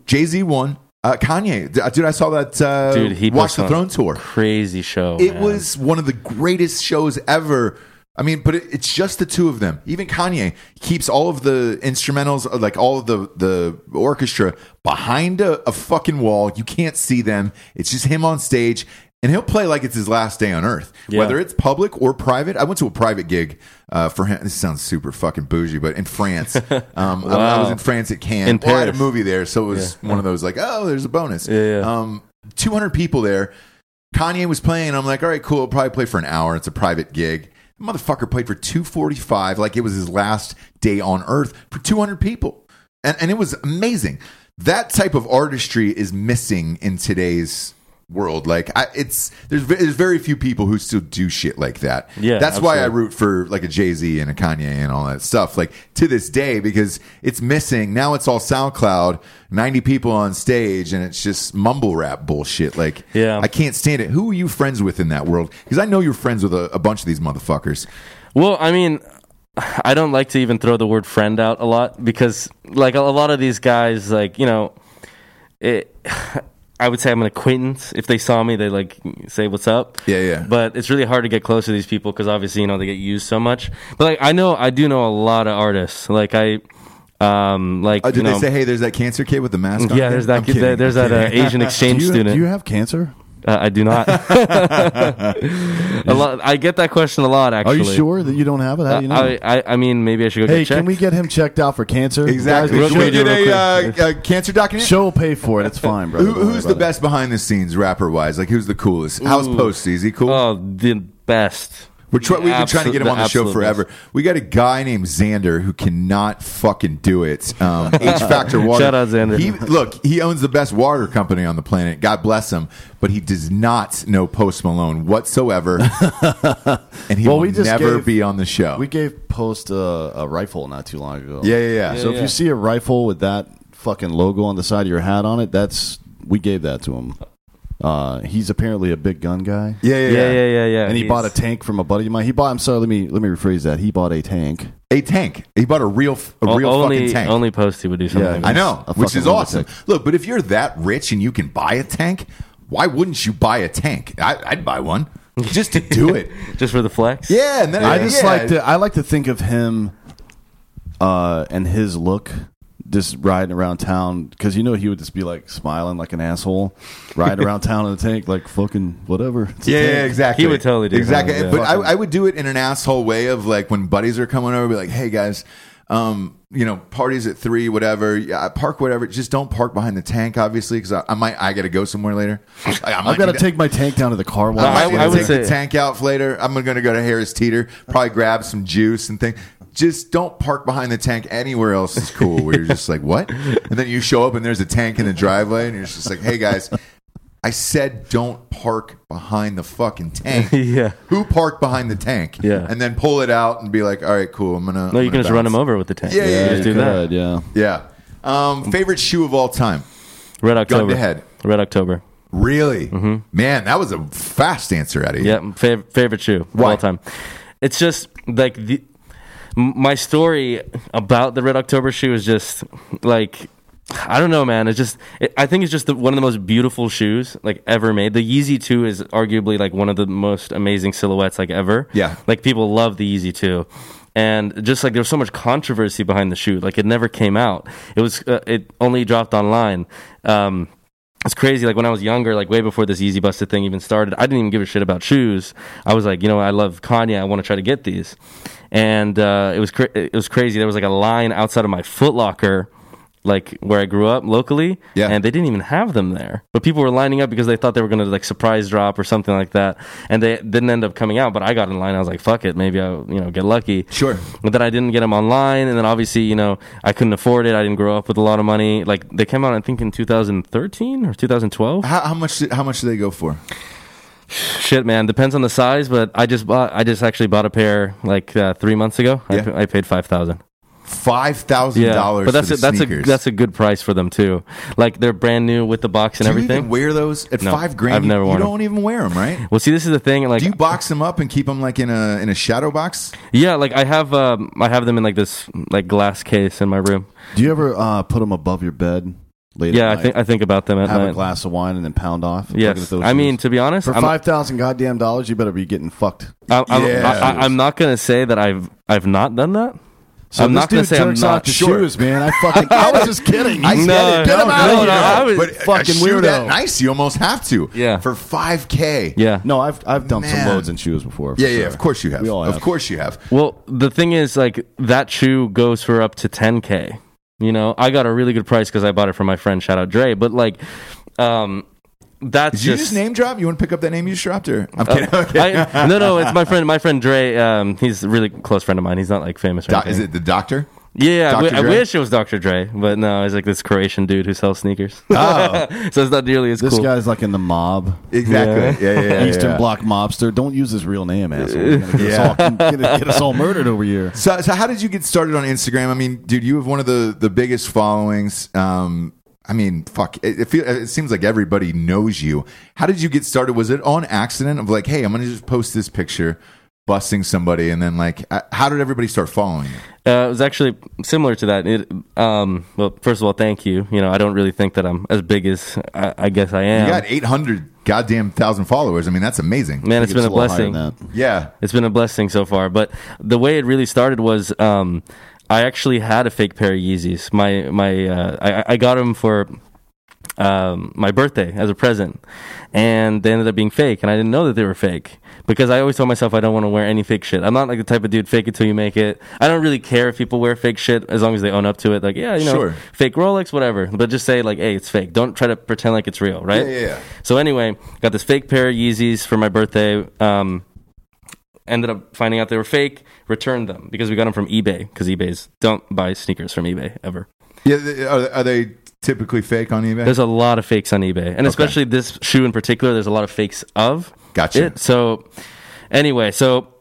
Speaker 1: Jay Z won. Uh, Kanye, D- uh, dude, I saw that. Uh,
Speaker 5: Dude, he
Speaker 1: Watch
Speaker 5: puts
Speaker 1: the
Speaker 5: on
Speaker 1: Throne tour.
Speaker 5: Crazy show.
Speaker 1: It
Speaker 5: man.
Speaker 1: was one of the greatest shows ever. I mean, but it, it's just the two of them. Even Kanye keeps all of the instrumentals, uh, like all of the the orchestra, behind a, a fucking wall. You can't see them. It's just him on stage, and he'll play like it's his last day on earth,
Speaker 5: Yeah.
Speaker 1: whether it's public or private. I went to a private gig uh, for him. This sounds super fucking bougie, but in
Speaker 5: [LAUGHS]
Speaker 1: France, um, I- I, was
Speaker 5: Wow.
Speaker 1: in France at Cannes.
Speaker 5: In
Speaker 1: Well, I had a
Speaker 5: Paris.
Speaker 1: movie there, so it was one of those like, oh, there's a bonus.
Speaker 5: Yeah, yeah.
Speaker 1: Um, 200 people there. Kanye was playing, and I'm like, all right, cool. I'll probably play for an hour. It's a private gig. motherfucker played for 245, like it was his last day on earth for 200 people. And, and it was amazing. That type of artistry is missing in today's world. Like, I, it's there's, ve- there's very few people who still do shit like that.
Speaker 5: Yeah,
Speaker 1: That's why I
Speaker 5: absolutely.
Speaker 1: root for like a Jay Z and a Kanye and all that stuff. Like to this day, because it's missing. Now it's all SoundCloud, 90 people on stage, and it's just mumble rap bullshit. Like,
Speaker 5: Yeah.
Speaker 1: I can't stand it. Who are you friends with in that world? Because I know you're friends with a, a bunch of these motherfuckers.
Speaker 5: Well, I mean, [SIGHS] I don't like to even throw the word friend out a lot because, like, a a lot of these guys, like, you know, it. [SIGHS] I would say I'm an acquaintance. If they saw me, they like say what's up.
Speaker 1: Yeah, yeah.
Speaker 5: But it's really hard to get close to these people because obviously you know they get used so much. But like I know I do know a lot of artists. Like I, um, like
Speaker 1: Uh, did
Speaker 5: you know,
Speaker 1: they say, hey, there's that cancer kid with the mask on?
Speaker 5: yeah, there's that
Speaker 1: I'm
Speaker 5: kid,
Speaker 1: kidding.
Speaker 5: there's [LAUGHS]
Speaker 1: I'm
Speaker 5: that uh,
Speaker 1: kidding.
Speaker 5: Asian
Speaker 4: Do
Speaker 5: exchange
Speaker 4: you,
Speaker 5: student.
Speaker 4: do you have cancer?
Speaker 5: Uh, I do not. [LAUGHS] a lot, I get that question a lot.
Speaker 4: Are
Speaker 5: Actually,
Speaker 4: you sure that you don't have it? How
Speaker 5: Uh,
Speaker 4: do you know?
Speaker 5: I, I I mean, maybe I should go
Speaker 4: hey,
Speaker 5: get checked.
Speaker 4: can we get him checked out for cancer?
Speaker 1: Exactly.
Speaker 4: Guys,
Speaker 5: Real
Speaker 1: Can we
Speaker 5: quick,
Speaker 1: get
Speaker 5: real
Speaker 1: a,
Speaker 5: quick.
Speaker 1: uh, uh, cancer document?
Speaker 4: show will pay for
Speaker 1: [LAUGHS]
Speaker 4: it. It's fine, bro.
Speaker 1: Who, who's the best behind the scenes rapper wise? Like, who's the coolest? How's Posty? Is he cool?
Speaker 5: Oh, the best.
Speaker 1: We're try-
Speaker 5: The
Speaker 1: we've been trying to
Speaker 5: absolute-
Speaker 1: get him on the show
Speaker 5: absolute
Speaker 1: forever. We got a guy named Xander who cannot fucking do it. Um, H Factor Water.
Speaker 5: Shout out Xander.
Speaker 1: He, look, he owns the best water company on the planet. God bless him. But he does not know Post Malone whatsoever. and he
Speaker 4: Well,
Speaker 1: will
Speaker 4: we just
Speaker 1: never
Speaker 4: gave-
Speaker 1: be on the show.
Speaker 4: We gave Post a, a rifle not too long ago.
Speaker 1: yeah, yeah, yeah.
Speaker 4: So if you see a rifle with that fucking logo on the side of your hat on it, that's we gave that to him. Uh, he's apparently a big gun guy.
Speaker 1: yeah, yeah,
Speaker 5: best. Yeah, yeah, yeah, yeah.
Speaker 4: And he
Speaker 5: He's-
Speaker 4: bought a tank from a buddy of mine. He bought. I'm sorry. Let me let me rephrase that. He bought a tank.
Speaker 1: A tank. He bought a real, f- a
Speaker 5: o-
Speaker 1: real
Speaker 5: only,
Speaker 1: fucking tank.
Speaker 5: Only Posty would do something.
Speaker 4: Yeah,
Speaker 5: like
Speaker 1: I
Speaker 5: that.
Speaker 1: know,
Speaker 4: A
Speaker 1: which
Speaker 4: fucking
Speaker 1: is awesome.
Speaker 4: lunatic.
Speaker 1: Look, but if you're that rich and you can buy a tank, why wouldn't you buy a tank? I, I'd buy one just to do it.
Speaker 5: Just for the flex.
Speaker 1: Yeah, and then
Speaker 4: I just
Speaker 1: yeah.
Speaker 4: like to. I like to think of him, uh, and his look, just riding around town because you know he would just be like smiling like an asshole, riding
Speaker 5: [LAUGHS]
Speaker 4: around town in a tank like fucking whatever. It's a
Speaker 1: Yeah, yeah,
Speaker 4: tank.
Speaker 1: exactly.
Speaker 5: He would totally do
Speaker 1: exactly.
Speaker 5: that, yeah.
Speaker 1: But I, I would do it in an asshole way of like when buddies are coming over, be like, "Hey guys, um, you know, parties at three, whatever. Yeah, park whatever. Just don't park behind the tank, obviously, because I, I might I got to go somewhere later. I, I might
Speaker 4: I've got to
Speaker 1: need
Speaker 4: take my tank down to the car. One
Speaker 5: No,
Speaker 1: I,
Speaker 4: night.
Speaker 5: I- I
Speaker 1: would
Speaker 5: would
Speaker 1: take the
Speaker 5: say-
Speaker 1: tank out later. I'm going to go to Harris Teeter, probably grab some juice and thing. Just don't park behind the tank anywhere else is cool. Where you're just like, what? And then you show up and there's a tank in the driveway, and you're just like, hey guys, I said don't park behind the fucking tank.
Speaker 5: [LAUGHS] Yeah.
Speaker 1: Who parked behind the tank?
Speaker 5: Yeah.
Speaker 1: And then pull it out and be like, all right, cool. I'm gonna.
Speaker 5: No,
Speaker 1: I'm
Speaker 5: you can
Speaker 1: gonna
Speaker 5: just run
Speaker 1: bounce."
Speaker 5: him over with the tank.
Speaker 1: Yeah,
Speaker 5: You
Speaker 1: yeah,
Speaker 5: can just do that.
Speaker 4: Good, yeah.
Speaker 1: Yeah. Um, favorite shoe of all time.
Speaker 5: Red October.
Speaker 1: head.
Speaker 5: Red October.
Speaker 1: Really? Man, that was a fast answer out of you.
Speaker 5: Mm-hmm. Yeah, fav- favorite shoe of
Speaker 1: Why?
Speaker 5: all time. It's just like the m- my story about the Red October shoe is just like I don't know, man. It's just it, I think it's just the, one of the most beautiful shoes like ever made. The Yeezy Two is arguably like one of the most amazing silhouettes like ever.
Speaker 1: Yeah.
Speaker 5: like people love the Yeezy Two. And just like there was so much controversy behind the shoe, like it never came out. It was uh, it only dropped online. Um, it's crazy. Like when I was younger, like way before this Easy Busted thing even started, I didn't even give a shit about shoes. I was like, you know, I love Kanye. I want to try to get these, and uh, it was cra- it was crazy. There was like a line outside of my Foot Locker, like where I grew up locally,
Speaker 1: Yeah.
Speaker 5: and they didn't even have them there. But people were lining up because they thought they were going to like surprise drop or something like that, and they didn't end up coming out. But I got in line. I was like, fuck it, maybe I will you know get lucky.
Speaker 1: Sure.
Speaker 5: But then I didn't get them online, and then obviously, you know, I couldn't afford it. I didn't grow up with a lot of money. Like they came out, I think, in 2013 or 2012.
Speaker 1: How, how much? How much do they go for?
Speaker 5: Shit, man, depends on the size. But I just bought, I just actually bought a pair like uh, three months ago. I
Speaker 1: Yeah.
Speaker 5: I, I paid five thousand.
Speaker 1: five thousand
Speaker 5: Yeah,
Speaker 1: dollars.
Speaker 5: but that's
Speaker 1: for
Speaker 5: a,
Speaker 1: the
Speaker 5: that's
Speaker 1: sneakers.
Speaker 5: a that's a good price for them too. Like they're brand new with the box and
Speaker 1: Do you
Speaker 5: everything.
Speaker 1: even wear those at
Speaker 5: No,
Speaker 1: five grand?
Speaker 5: I've
Speaker 1: You-
Speaker 5: never
Speaker 1: you,
Speaker 5: worn 'em.
Speaker 1: don't even wear them, right?
Speaker 5: well, see, this is the thing. Like,
Speaker 1: Do you box them up and keep them like in a in a shadow
Speaker 5: [LAUGHS]
Speaker 1: box?
Speaker 5: yeah, like I have, um, I have them in like this like glass case in my room.
Speaker 4: Do you ever uh, put them above your bed? Later
Speaker 5: Yeah, I think I think about them at
Speaker 4: have a
Speaker 5: night.
Speaker 4: glass of wine and then pound off. Look at
Speaker 5: yes,
Speaker 4: those
Speaker 5: I mean
Speaker 4: shoes.
Speaker 5: to be honest,
Speaker 4: for
Speaker 5: I'm-
Speaker 4: five thousand goddamn dollars, you better be getting fucked.
Speaker 5: I, I'm,
Speaker 1: Yeah.
Speaker 5: I, I, I'm not gonna say that I've I've not done that.
Speaker 4: So
Speaker 5: I'm
Speaker 4: this
Speaker 5: not gonna
Speaker 4: dude
Speaker 5: say I'm
Speaker 4: jerks
Speaker 5: not
Speaker 4: off to
Speaker 5: sure.
Speaker 4: shoes, man. I
Speaker 5: [LAUGHS]
Speaker 4: fucking I was just kidding.
Speaker 1: I
Speaker 4: You
Speaker 5: No,
Speaker 4: get it.
Speaker 5: no,
Speaker 4: Get 'em out
Speaker 5: no,
Speaker 4: of
Speaker 5: no,
Speaker 4: here.
Speaker 5: I was-
Speaker 1: but a-
Speaker 4: fucking
Speaker 1: a shoe
Speaker 4: weirdo.
Speaker 1: That nice, you almost have to.
Speaker 5: Yeah.
Speaker 1: for five k.
Speaker 5: Yeah.
Speaker 4: No, I've I've dumped
Speaker 1: Man.
Speaker 4: some loads in shoes before. for
Speaker 1: yeah, yeah.
Speaker 4: sure.
Speaker 1: Of course you have.
Speaker 4: We all have.
Speaker 1: Of course you have.
Speaker 5: Well, the thing is, like that shoe goes for up to 10k. You know, I got a really good price because I bought it from my friend. Shout out Dre. But like, um, that's
Speaker 1: Did you just name drop? You want to pick up that name you just dropped, or I'm kidding. [LAUGHS] okay.
Speaker 5: [LAUGHS] Uh, I, no, no, it's my friend. My friend Dre. Um, he's a really close friend of mine. He's not like famous. Or
Speaker 1: Do-
Speaker 5: anything.
Speaker 1: is it the doctor?
Speaker 5: Yeah, I
Speaker 1: Dr.
Speaker 5: wi- I
Speaker 1: Dre?
Speaker 5: wish it was Dr. Dre, but no, he's like this Croatian dude who sells sneakers. Oh. [LAUGHS] so it's not nearly as
Speaker 4: This
Speaker 5: cool.
Speaker 4: guy's like in the mob.
Speaker 1: Exactly. Yeah, yeah, yeah. yeah,
Speaker 4: Eastern
Speaker 1: yeah.
Speaker 4: Bloc mobster. Don't use his real name, asshole. You're gonna Get, [LAUGHS] us all, gonna get us all murdered over here.
Speaker 1: So, so how did you get started on Instagram? I mean, dude, you have one of the the biggest followings. Um, I mean, fuck, it, it, feel, it seems like everybody knows you. How did you get started? Was it on accident of like, hey, I'm gonna just post this picture, busting somebody, and then like, uh, how did everybody start following you?
Speaker 5: Uh, it was actually similar to that. It, um, well, first of all, thank you. You know, I don't really think that I'm as big as I, I guess I am.
Speaker 1: You got 800 goddamn thousand followers. I mean, that's amazing.
Speaker 5: Man, it's been a
Speaker 4: little higher
Speaker 5: blessing.
Speaker 4: than that.
Speaker 1: Yeah,
Speaker 5: It's been a blessing so far. But the way it really started was um, I actually had a fake pair of Yeezys. My my uh, I, I got them for um, my birthday as a present, and they ended up being fake, and I didn't know that they were fake because I always told myself I don't want to wear any fake shit. I'm not like the type of dude fake it till you make it. I don't really care if people wear fake shit as long as they own up to it. Like yeah, you know,
Speaker 1: Sure.
Speaker 5: fake Rolex, whatever, but just say like hey, it's fake. Don't try to pretend like it's real, right?
Speaker 1: Yeah, yeah, yeah.
Speaker 5: So anyway, got this fake pair of Yeezys for my birthday. Um, ended up finding out they were fake. Returned them because we got them from eBay. Because eBay's don't buy sneakers from eBay ever.
Speaker 1: Yeah, th- are, are they typically fake on eBay?
Speaker 5: There's a lot of fakes on eBay, and especially this shoe in particular. There's a lot of fakes of.
Speaker 1: Gotcha.
Speaker 5: It. So, anyway, so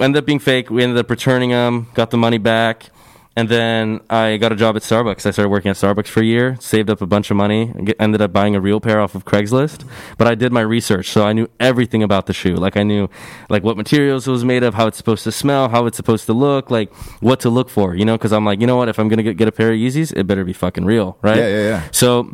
Speaker 5: ended up being fake. We ended up returning them, got the money back, and then I got a job at Starbucks. I started working at Starbucks for a year, saved up a bunch of money, and get- ended up buying a real pair off of Craigslist. But I did my research, so I knew everything about the shoe. Like I knew like what materials it was made of, how it's supposed to smell, how it's supposed to look, like what to look for. You know, because I'm like, you know what? If I'm gonna get, get a pair of Yeezys, it better be fucking real, right?
Speaker 1: Yeah, yeah, yeah.
Speaker 5: So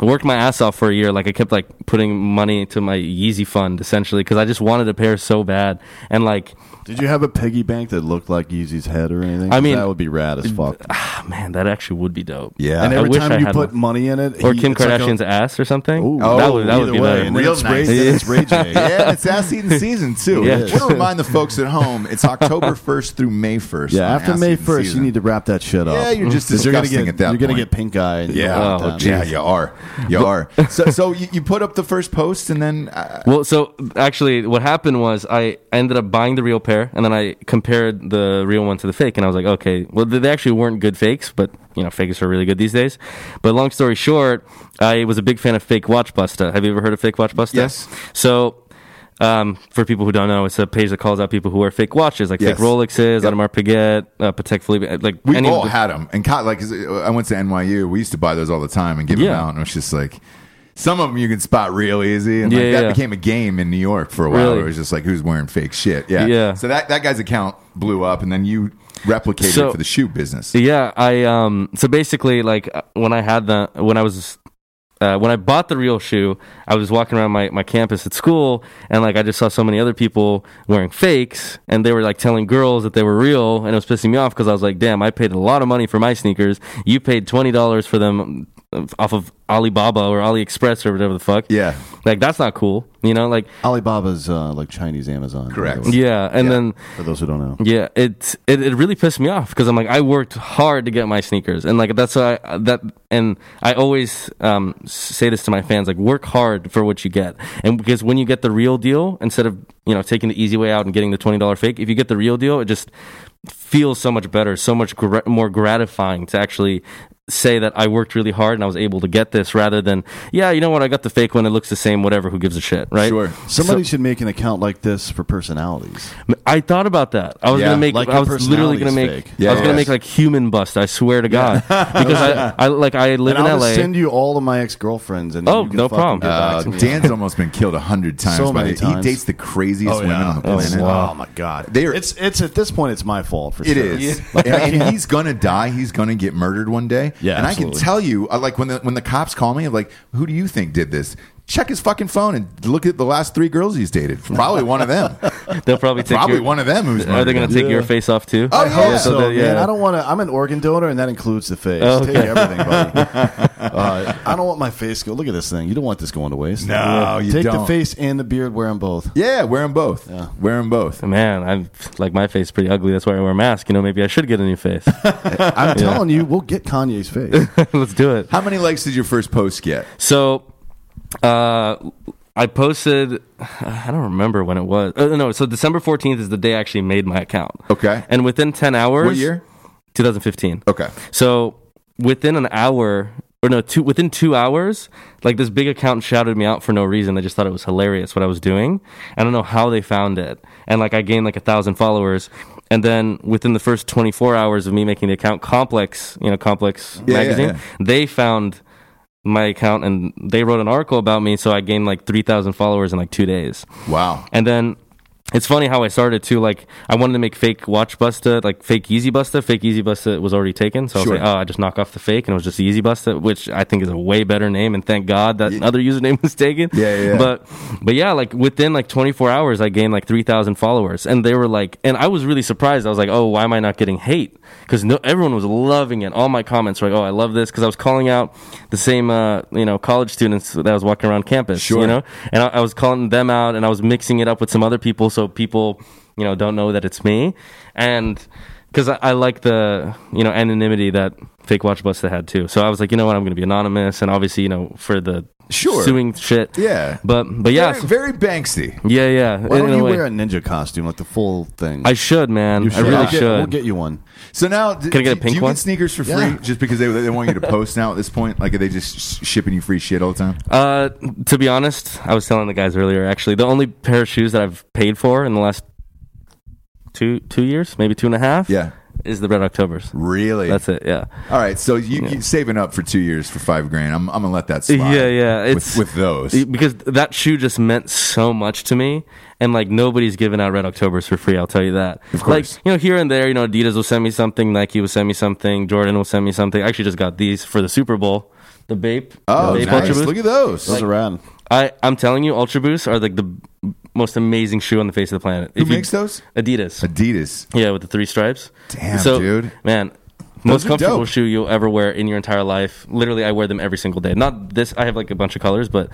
Speaker 5: I worked my ass off for a year. Like I kept like putting money into my Yeezy fund essentially because I just wanted a pair so bad. And like,
Speaker 4: Did you have a piggy bank that looked like Yeezy's head or anything?
Speaker 5: I
Speaker 4: 'Cause
Speaker 5: mean-
Speaker 4: that would be rad as fuck.
Speaker 5: ah, man, that actually would be dope.
Speaker 1: Yeah.
Speaker 4: and
Speaker 5: I
Speaker 4: every
Speaker 5: wish
Speaker 4: time
Speaker 5: I
Speaker 4: you
Speaker 5: had
Speaker 4: put
Speaker 5: one.
Speaker 4: money in it,
Speaker 5: Or
Speaker 4: he-
Speaker 5: Kim
Speaker 4: it's like a-
Speaker 5: Kardashian's ass or something.
Speaker 4: Ooh. Oh,
Speaker 5: that would that would
Speaker 4: either
Speaker 5: be
Speaker 4: way,
Speaker 5: better.
Speaker 4: and then
Speaker 1: Real
Speaker 4: it's
Speaker 1: nice.
Speaker 4: Ray, then it's Ray [LAUGHS]
Speaker 1: [LAUGHS]
Speaker 4: J.
Speaker 1: yeah, and it's ass
Speaker 5: [LAUGHS]
Speaker 1: eating season too.
Speaker 5: Yeah.
Speaker 1: I want to remind the folks at home: it's
Speaker 5: [LAUGHS]
Speaker 1: October first through May first.
Speaker 4: Yeah, after May first, you need to wrap that shit up.
Speaker 1: Yeah, you're just
Speaker 4: 'Cause you're gonna
Speaker 1: disgusting
Speaker 4: get,
Speaker 1: at that
Speaker 4: You're gonna
Speaker 1: point.
Speaker 4: get pink eye. and-
Speaker 1: Yeah,
Speaker 5: Oh,
Speaker 1: yeah, you are, you are. So, so you, you put up the first post, and then
Speaker 5: [LAUGHS]
Speaker 1: uh,
Speaker 5: Well, so actually, what happened was I ended up buying the real pair, and then I compared the real one to the fake, and I was like, okay, well, they they actually weren't good fakes, but you know, fakes are really good these days. But long story short, I was a big fan of Fake Watch Busta. Have you ever heard of Fake Watch Busta?
Speaker 1: Yes.
Speaker 5: So. Um, for people who don't know, it's a page that calls out people who wear fake watches, like
Speaker 1: Yes.
Speaker 5: fake Rolexes,
Speaker 1: Yep.
Speaker 5: Audemars Piguet, uh, Patek Philippe. Like
Speaker 1: we
Speaker 5: any of
Speaker 1: all
Speaker 5: the-
Speaker 1: had them. And caught, like 'cause uh, I went to NYU, we used to buy those all the time and give them
Speaker 5: Yeah.
Speaker 1: out, and it was just like. Some of them you can spot real easy, and like,
Speaker 5: Yeah,
Speaker 1: that
Speaker 5: yeah.
Speaker 1: became a game in New York for a while.
Speaker 5: Really?
Speaker 1: It was just like who's wearing fake shit, yeah.
Speaker 5: Yeah.
Speaker 1: So that, that guy's account blew up, and then you replicated
Speaker 5: So-
Speaker 1: it for the shoe business.
Speaker 5: Yeah, I um. So basically, like uh, when I had the when I was. Uh, when I bought the real shoe, I was walking around my, my campus at school, and like I just saw so many other people wearing fakes, and they were like telling girls that they were real, and it was pissing me off because I was like, "Damn, I paid a lot of money for my sneakers. You paid twenty dollars for them uh, off of Alibaba or AliExpress or whatever the fuck.
Speaker 1: Yeah.
Speaker 5: like that's not cool. You know, like
Speaker 4: Alibaba's uh, like Chinese Amazon. by the
Speaker 1: Correct.
Speaker 4: way,
Speaker 5: yeah. And
Speaker 1: Yeah.
Speaker 5: then
Speaker 4: For those who don't know,
Speaker 5: yeah, it it, it really pissed me off because I'm like I worked hard to get my sneakers, and like that's why I, that and I always um, s- say this to my fans like work hard for what you get, and because when you get the real deal instead of you know taking the easy way out and getting the twenty dollar fake, if you get the real deal, it just feels so much better, so much gra- more gratifying to actually say that I worked really hard and I was able to get this rather than yeah, you know what, I got the fake one, it looks the same, whatever, who gives a shit, right?
Speaker 1: Sure.
Speaker 4: somebody should make an account like this for personalities.
Speaker 5: I thought about that. I was
Speaker 1: Yeah,
Speaker 5: gonna make.
Speaker 4: like
Speaker 5: I
Speaker 4: your
Speaker 5: was literally gonna make.
Speaker 4: personality's fake.
Speaker 1: Yeah,
Speaker 5: I was gonna
Speaker 1: yes.
Speaker 5: make like human bust. I swear
Speaker 1: [LAUGHS]
Speaker 5: to God, because I, I like I live
Speaker 4: And I'll
Speaker 5: in LA.
Speaker 4: just send you all of my ex girlfriends. And
Speaker 5: Oh,
Speaker 4: you can
Speaker 5: no
Speaker 4: fucking
Speaker 5: problem.
Speaker 4: get back
Speaker 1: Uh,
Speaker 4: to me.
Speaker 1: Dan's almost been killed a hundred times.
Speaker 4: So
Speaker 1: by
Speaker 4: many
Speaker 1: the-
Speaker 4: times.
Speaker 1: He dates the craziest
Speaker 4: Oh,
Speaker 1: women
Speaker 4: yeah.
Speaker 1: on the
Speaker 4: Oh,
Speaker 1: planet.
Speaker 4: wow. Oh, my god,
Speaker 1: They are-
Speaker 4: it's it's at this point it's my fault for
Speaker 1: It [LAUGHS]
Speaker 4: sure.
Speaker 1: is,
Speaker 4: Like, I
Speaker 1: and, and
Speaker 4: can't-
Speaker 1: he's gonna die. He's gonna get murdered one day.
Speaker 4: Yeah,
Speaker 1: and I
Speaker 4: absolutely.
Speaker 1: can tell you, I like when the when the cops call me, I'm like, "Who do you think did this?" Check his fucking phone and look at the last three girls he's dated. Probably one of
Speaker 5: [LAUGHS]
Speaker 1: them. Oh,
Speaker 5: They'll probably take
Speaker 1: Probably
Speaker 5: your,
Speaker 1: one of them who's
Speaker 5: Are they
Speaker 1: murdered
Speaker 5: gonna
Speaker 1: him.
Speaker 5: take
Speaker 4: Yeah.
Speaker 5: your face off too?
Speaker 1: Oh, I hope
Speaker 4: Yeah,
Speaker 1: so,
Speaker 4: so,
Speaker 5: that-
Speaker 4: man, I don't want to. I'm an organ donor, and that includes the face.
Speaker 5: Oh, okay.
Speaker 4: Take everything, buddy. uh, I don't want my face go. Look at this thing. You don't want this going to waste.
Speaker 1: No,
Speaker 4: Yeah.
Speaker 1: you
Speaker 4: take the
Speaker 1: don't.
Speaker 4: face and the beard. Wear them both.
Speaker 1: Yeah, wear them both. Wear them both.
Speaker 5: Man, I'm like my face is pretty ugly. That's why I wear a mask. You know, maybe I should get a
Speaker 1: [LAUGHS]
Speaker 5: new face. [LAUGHS]
Speaker 4: I'm telling you, we'll get Kanye's face.
Speaker 5: Let's do it.
Speaker 1: How many likes did your first post get?
Speaker 5: So, uh, I posted. I don't remember when it was. Uh, no, so December fourteenth is the day I actually made my account.
Speaker 1: Okay.
Speaker 5: And within ten hours,
Speaker 1: What year?
Speaker 5: 2015.
Speaker 1: Okay.
Speaker 5: So within an hour, or no, two within two hours, like this big account shouted me out for no reason. They just thought it was hilarious what I was doing. I don't know how they found it, and like I gained like a thousand followers. And then within the first 24 hours of me making the account, Complex, you know, Complex
Speaker 1: Yeah, yeah,
Speaker 5: magazine,
Speaker 1: yeah.
Speaker 5: they found my account and they wrote an article about me. So I gained like 3,000 followers in like two days.
Speaker 1: Wow.
Speaker 5: And then it's funny how I started too. Like I wanted to make fake Watch Busta, like fake Easy Busta. Fake Easy Busta was already taken, so I
Speaker 1: Sure.
Speaker 5: was like, oh, I just knock off the fake, and it was just Easy Busta, which I think is a way better name. And thank God that another username [LAUGHS] was taken.
Speaker 1: Yeah, yeah, yeah.
Speaker 5: But but yeah, like within like 24 hours, I gained like 3,000 followers, and they were like, and I was really surprised. I was like, oh, why am I not getting hate? Because no, everyone was loving it. All my comments were like, oh, I love this, because I was calling out the same uh, you know college students that was walking around campus.
Speaker 1: Sure.
Speaker 5: You know, and I, I was calling them out, and I was mixing it up with some other people, so people, you know, don't know that it's me, and because I, I like the you know anonymity that fake watch busta had too. So I was like, you know what, I'm going to be anonymous, and obviously, you know, for the
Speaker 1: Sure.
Speaker 5: suing shit,
Speaker 1: Yeah.
Speaker 5: But but yeah, so-
Speaker 1: very, very Banksy.
Speaker 5: yeah, yeah.
Speaker 4: Why
Speaker 5: in-
Speaker 4: don't
Speaker 5: in a
Speaker 4: you
Speaker 5: way.
Speaker 4: wear a ninja costume, like the full thing?
Speaker 5: I should, man.
Speaker 4: You
Speaker 5: I really
Speaker 4: I'll get- We'll
Speaker 5: should.
Speaker 4: get you one.
Speaker 1: So now, d-
Speaker 5: Can I get a
Speaker 1: do-
Speaker 5: pink
Speaker 1: do you
Speaker 5: one?
Speaker 1: get sneakers for free
Speaker 4: Yeah.
Speaker 1: just because they, they want you to post now at this point? Like, are they just sh- shipping you free shit all the time?
Speaker 5: Uh, to be honest, I was telling the guys earlier. Actually, the only pair of shoes that I've paid for in the last two two years, maybe two and a half,
Speaker 1: Yeah.
Speaker 5: is the Red Octobers.
Speaker 1: Really?
Speaker 5: That's it. Yeah.
Speaker 1: All right, so you, you saving up for two years for five grand. I'm, I'm gonna let that slide.
Speaker 5: Yeah, yeah,
Speaker 1: It's,
Speaker 5: it's-
Speaker 1: with, with those.
Speaker 5: E, because that shoe just meant so much to me and like nobody's giving out red octobers for free i'll tell you that of
Speaker 1: course.
Speaker 5: like you know here and there you know adidas will send me something nike will send me something jordan will send me something i actually just got these for the super bowl the Bape.
Speaker 1: Oh,
Speaker 5: the Bape
Speaker 1: nice.
Speaker 5: Ultra Boost.
Speaker 1: Look at those.
Speaker 4: Those are rad.
Speaker 5: I, I'm telling you, Ultra Boosts are like the b- most amazing shoe on the face of the planet.
Speaker 1: Who
Speaker 5: If you-
Speaker 1: makes those?
Speaker 5: Adidas.
Speaker 1: Adidas.
Speaker 5: Yeah, with the three stripes.
Speaker 1: Damn,
Speaker 5: so,
Speaker 1: dude.
Speaker 5: Man,
Speaker 1: Those
Speaker 5: most
Speaker 1: are
Speaker 5: comfortable
Speaker 1: dope.
Speaker 5: shoe you'll ever wear in your entire life. Literally, I wear them every single day. Not this. I have like a bunch of colors, but,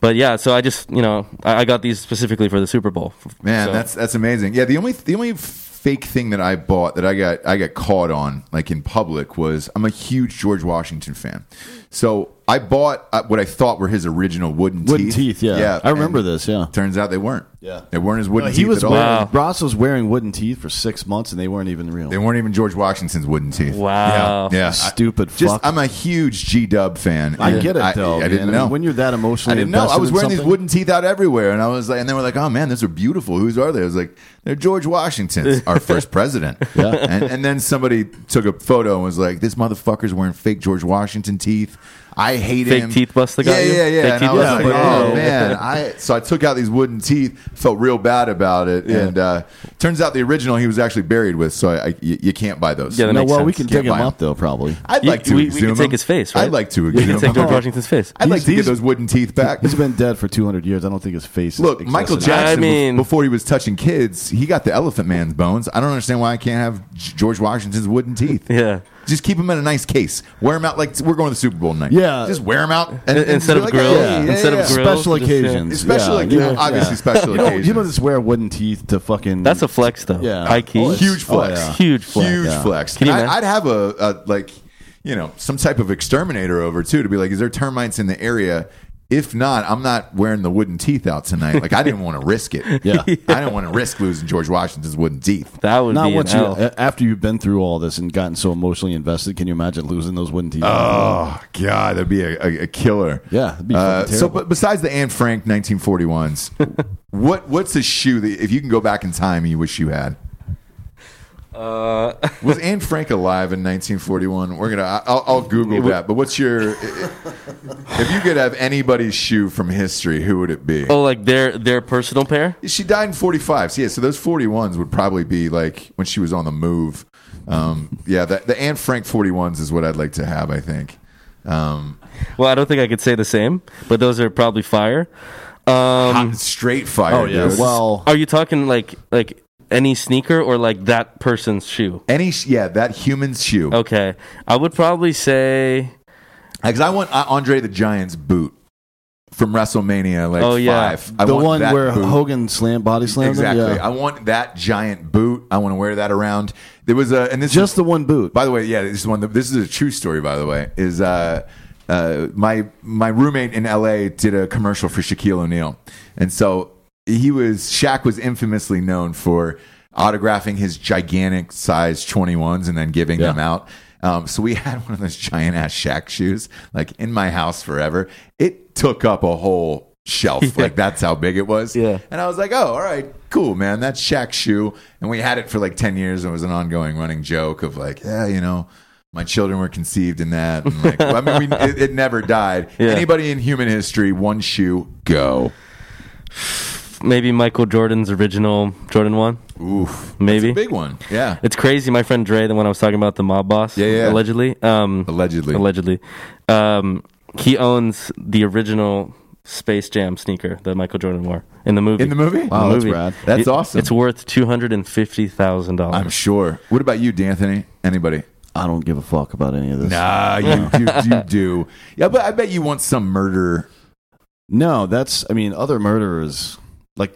Speaker 5: but yeah. So I just, you know, I, I got these specifically for the Super Bowl.
Speaker 1: Man,
Speaker 5: So-
Speaker 1: that's that's amazing. Yeah, the only the only fake thing that I bought that I got I got caught on like in public was I'm a huge George Washington fan. So I bought uh, what I thought were his original wooden
Speaker 4: Wooden
Speaker 1: teeth.
Speaker 4: teeth, yeah. I remember
Speaker 1: and
Speaker 4: this, yeah.
Speaker 1: Turns out they weren't.
Speaker 4: Yeah.
Speaker 1: They weren't his wooden
Speaker 4: he
Speaker 1: teeth
Speaker 4: was
Speaker 1: at all.
Speaker 4: wearing,
Speaker 5: Wow.
Speaker 4: Ross was wearing wooden teeth for six months, and they weren't even real.
Speaker 1: They weren't even George Washington's wooden teeth.
Speaker 5: Wow.
Speaker 1: Yeah. yeah.
Speaker 4: Oh, Stupid
Speaker 1: I, just
Speaker 4: fuck.
Speaker 1: I'm a huge G Dub fan.
Speaker 4: I
Speaker 1: and
Speaker 4: get it though.
Speaker 1: I,
Speaker 4: man.
Speaker 1: didn't
Speaker 4: mean,
Speaker 1: know
Speaker 4: when you're that emotionally.
Speaker 1: I didn't know. I
Speaker 4: invested
Speaker 1: was
Speaker 4: in
Speaker 1: wearing these
Speaker 4: something-
Speaker 1: wooden teeth out everywhere, and I was like, and they were like, "Oh man, those are beautiful. Whose are they?" I was like, "They're George Washington's,
Speaker 4: [LAUGHS]
Speaker 1: our first president." yeah. And, and then somebody took a photo and was like, "This motherfucker's wearing fake George Washington teeth. I hate
Speaker 5: Fake
Speaker 1: him."
Speaker 5: teeth bust the guy,
Speaker 1: Yeah,
Speaker 5: you?
Speaker 1: yeah, yeah.
Speaker 5: Fake
Speaker 1: and
Speaker 5: teeth
Speaker 1: I was
Speaker 4: bust
Speaker 1: like,
Speaker 4: the guy.
Speaker 1: "Oh
Speaker 4: [LAUGHS]
Speaker 1: man." I so I took out these wooden teeth. Felt real bad about it, and uh, turns out the original he was actually buried with. So I, I- you, you can't buy those.
Speaker 5: Yeah, that
Speaker 4: No,
Speaker 5: makes
Speaker 4: well, we can
Speaker 5: sense.
Speaker 4: dig
Speaker 1: Can't
Speaker 4: him
Speaker 1: buy
Speaker 4: up though, probably.
Speaker 1: I'd
Speaker 5: You-
Speaker 1: like to
Speaker 5: we- we
Speaker 1: exhume
Speaker 5: could take
Speaker 1: him.
Speaker 5: his face, right?
Speaker 1: I'd like to
Speaker 5: We could
Speaker 1: exhume
Speaker 5: take
Speaker 1: him.
Speaker 5: George Washington's face.
Speaker 1: I'd like
Speaker 4: These-
Speaker 1: to get
Speaker 4: these-
Speaker 1: those wooden teeth [LAUGHS] back.
Speaker 4: He's been dead for 200 years. I don't think his face.
Speaker 1: Look,
Speaker 4: exists
Speaker 1: Michael
Speaker 4: anymore.
Speaker 1: Jackson,
Speaker 5: I mean-
Speaker 1: bef- before he was touching kids, he got the Elephant Man's bones. I don't understand why I can't have G- George Washington's wooden teeth.
Speaker 5: Yeah.
Speaker 1: Just keep them in a nice case. Wear them out like we're going to the Super Bowl tonight.
Speaker 4: Yeah.
Speaker 1: Just wear them out. And, and
Speaker 5: Instead
Speaker 1: be
Speaker 5: of
Speaker 1: like,
Speaker 5: grills.
Speaker 1: "Hey, yeah,
Speaker 5: Instead
Speaker 1: yeah,
Speaker 5: of
Speaker 1: yeah."
Speaker 5: grills.
Speaker 4: Special
Speaker 5: just, yeah.
Speaker 4: occasions.
Speaker 1: Special
Speaker 4: yeah,
Speaker 1: occasions.
Speaker 4: yeah,
Speaker 1: Obviously
Speaker 4: yeah.
Speaker 1: special
Speaker 4: you don't, you
Speaker 1: occasions.
Speaker 4: don't just wear wooden teeth to fucking.
Speaker 5: That's a flex, though.
Speaker 4: Yeah.
Speaker 5: High key.
Speaker 4: Oh, it's-
Speaker 1: Huge flex.
Speaker 4: Oh, yeah.
Speaker 5: Huge flex.
Speaker 1: Huge
Speaker 4: Yeah.
Speaker 1: flex.
Speaker 5: Can you
Speaker 1: And I,
Speaker 5: imagine?
Speaker 1: I'd have a, a like, you know, some type of exterminator over too to be like, is there termites in the area? If not, I'm not wearing the wooden teeth out tonight. Like I didn't want to risk it.
Speaker 4: Yeah.
Speaker 1: I didn't want to risk losing George Washington's wooden teeth.
Speaker 5: That would
Speaker 4: Not
Speaker 5: be an
Speaker 4: once you
Speaker 5: L.
Speaker 4: a- after you've been through all this and gotten so emotionally invested. Can you imagine losing those wooden teeth?
Speaker 1: Oh God, that'd be a, a, a killer.
Speaker 4: Yeah, it'd be
Speaker 1: Uh,
Speaker 4: fucking
Speaker 1: so,
Speaker 4: terrible.
Speaker 1: but besides the Anne Frank
Speaker 4: [LAUGHS]
Speaker 1: 1941s, what what's a shoe that if you can go back in time, you wish you had?
Speaker 4: [LAUGHS]
Speaker 1: Uh, was Anne Frank alive in 1941? We're gonna. I- I'll, I'll Google that. But what's your? if you could have anybody's shoe from history, who would it be?
Speaker 5: Oh, like their their personal pair.
Speaker 1: She died in 45. So yeah, so those 41s would probably be like when she was on the move. Um, yeah, the, the Anne Frank 41s is what I'd like to have. I think. Um,
Speaker 5: Well, I don't think I could say the same, but those are probably fire. Um,
Speaker 1: Hot- straight fire.
Speaker 4: oh yeah.
Speaker 1: dude.
Speaker 4: Well,
Speaker 5: Are you talking like like any sneaker or like that person's shoe?
Speaker 1: any sh- yeah, that human shoe.
Speaker 5: Okay, I would probably say
Speaker 1: Because I want uh, Andre the Giant's boot from WrestleMania like
Speaker 5: Oh, yeah.
Speaker 1: five. I
Speaker 4: the
Speaker 1: want
Speaker 4: one
Speaker 1: that
Speaker 4: where
Speaker 1: boot.
Speaker 4: Hogan slam body slammed
Speaker 1: exactly.
Speaker 4: him. Yeah.
Speaker 1: I want that giant boot. I want to wear that around. There was a and this
Speaker 4: Just
Speaker 1: is-
Speaker 4: the one boot.
Speaker 1: By the way, yeah, this is one. that- This is a true story. By the way, is uh, uh, my my roommate in L.A. did a commercial for Shaquille O'Neal, and so he was Shaq was infamously known for autographing his gigantic size twenty ones and then giving them out. Um, so we [LAUGHS] had one of those giant ass Shaq shoes, like in my house forever. It took up a whole
Speaker 5: [LAUGHS]
Speaker 1: shelf. Like that's how big it was.
Speaker 5: Yeah.
Speaker 1: And I was like, oh, all right, cool, man. That's Shaq's shoe. And we had it for like 10 years. And it was an ongoing running joke of like, yeah, you know, my children were conceived in that. And like, I mean, we, it, it never died. Anybody in human history, one shoe, go.
Speaker 5: maybe Michael Jordan's original Jordan one.
Speaker 1: Oof.
Speaker 5: Maybe.
Speaker 1: That's a big one. Yeah.
Speaker 5: It's crazy. My friend Dre, the one I was talking about, the mob boss,
Speaker 1: Yeah, yeah.
Speaker 5: allegedly, um,
Speaker 1: Allegedly.
Speaker 5: allegedly, um, he owns the original Space Jam sneaker that Michael Jordan wore in the movie.
Speaker 1: In the movie? Oh,
Speaker 4: Wow, that's rad.
Speaker 1: That's
Speaker 5: It-
Speaker 1: awesome.
Speaker 5: It's worth two hundred and fifty thousand
Speaker 1: I'm
Speaker 5: dollars.
Speaker 1: sure. What about you, D'Anthony? Anybody?
Speaker 4: I don't give a fuck about any of this.
Speaker 1: Nah,
Speaker 5: [LAUGHS]
Speaker 1: you do. You do. Yeah, but I bet you want some murder.
Speaker 4: No, that's. I mean, other murderers like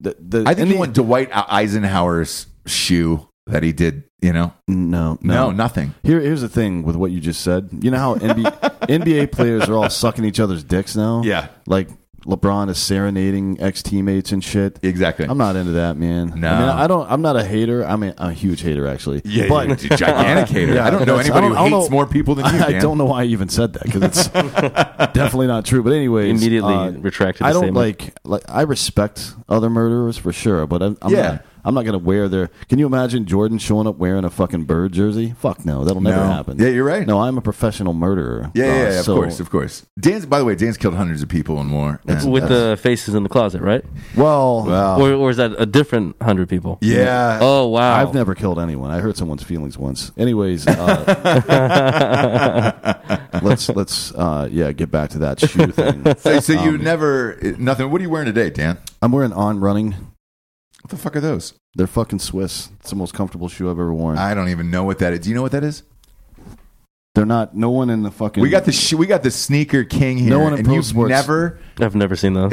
Speaker 4: the. the
Speaker 1: I think
Speaker 4: any-
Speaker 1: you want Dwight Eisenhower's shoe that he did. You know?
Speaker 4: No,
Speaker 1: No,
Speaker 4: no,
Speaker 1: nothing.
Speaker 4: Here, here's the thing with what you just said. You know how NBA,
Speaker 1: [LAUGHS]
Speaker 4: NBA players are all sucking each other's dicks now.
Speaker 1: Yeah.
Speaker 4: like LeBron is serenading ex teammates and shit.
Speaker 1: Exactly.
Speaker 4: I'm not into that, man.
Speaker 1: No.
Speaker 4: I, mean, I don't. I'm not a hater. I'm a, I'm a huge hater, actually.
Speaker 1: yeah,
Speaker 4: but
Speaker 1: but gigantic hater.
Speaker 4: [LAUGHS] Yeah,
Speaker 1: I don't know
Speaker 4: that's-
Speaker 1: anybody
Speaker 4: I don't- I
Speaker 1: who
Speaker 4: don't
Speaker 1: hates
Speaker 4: know-
Speaker 1: more people than you.
Speaker 4: [LAUGHS] I
Speaker 1: Dan.
Speaker 4: don't know why I even said that because
Speaker 1: [LAUGHS]
Speaker 4: it's definitely not true. But anyway,
Speaker 5: Immediately retracted the
Speaker 4: I don't
Speaker 5: statement.
Speaker 4: like like I respect other murderers for sure, but I'm, I'm
Speaker 1: Yeah.
Speaker 4: not, I'm not gonna wear their. Can you imagine Jordan showing up wearing a fucking bird jersey? Fuck no, that'll never
Speaker 1: No.
Speaker 4: happen.
Speaker 1: Yeah, you're right.
Speaker 4: No, I'm a professional murderer.
Speaker 1: Yeah, yeah,
Speaker 4: Uh,
Speaker 1: yeah, of
Speaker 4: so-
Speaker 1: course, of course. Dan's. By the way, Dan's killed hundreds of people in war. And-
Speaker 5: With the faces in the closet, right?
Speaker 4: Well,
Speaker 5: Or, or is that a different hundred people?
Speaker 1: yeah.
Speaker 5: Oh wow!
Speaker 4: I've never killed anyone. I hurt someone's feelings once.
Speaker 1: [LAUGHS]
Speaker 4: Anyways, uh, let's let's uh, yeah get back to that shoe
Speaker 1: [LAUGHS]
Speaker 4: thing.
Speaker 1: So, so you
Speaker 4: Um,
Speaker 1: never nothing. What are you wearing today, Dan?
Speaker 4: I'm wearing on running.
Speaker 1: What the fuck are those?
Speaker 4: They're fucking Swiss. It's the most comfortable shoe I've ever worn.
Speaker 1: I don't even know what that is. Do you know what that is?
Speaker 4: They're not. No one in the fucking.
Speaker 1: We got the sh- we got the sneaker king here.
Speaker 4: No one in
Speaker 1: and
Speaker 4: pro
Speaker 1: you've
Speaker 4: sports-
Speaker 1: never.
Speaker 5: [LAUGHS] I've never seen those.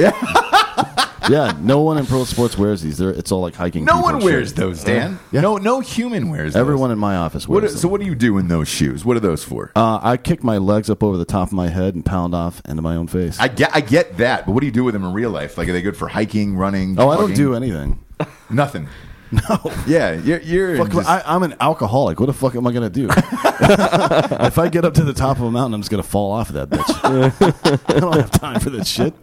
Speaker 4: yeah. No one in pro sports wears these. They're, it's all like hiking.
Speaker 1: No
Speaker 4: people
Speaker 1: one
Speaker 4: and shit.
Speaker 1: wears those, Dan. No, no human wears. those.
Speaker 4: Everyone in my office
Speaker 1: What,
Speaker 4: wears
Speaker 1: so
Speaker 4: them.
Speaker 1: what do you do in those shoes? What are those for?
Speaker 4: uh, I kick my legs up over the top of my head and pound off into my own face.
Speaker 1: I get I get that, but what do you do with them in real life? Like, are they good for hiking, running?
Speaker 4: oh, I don't
Speaker 1: jogging?
Speaker 4: do anything. [LAUGHS]
Speaker 1: nothing. No. Yeah, you're. you're
Speaker 4: Fuck,
Speaker 1: just-
Speaker 4: I, I'm an alcoholic. What the fuck am I gonna do? [LAUGHS] if I get up to the top of a mountain, I'm just gonna fall off of that bitch.
Speaker 5: [LAUGHS]
Speaker 4: I don't have time for this shit.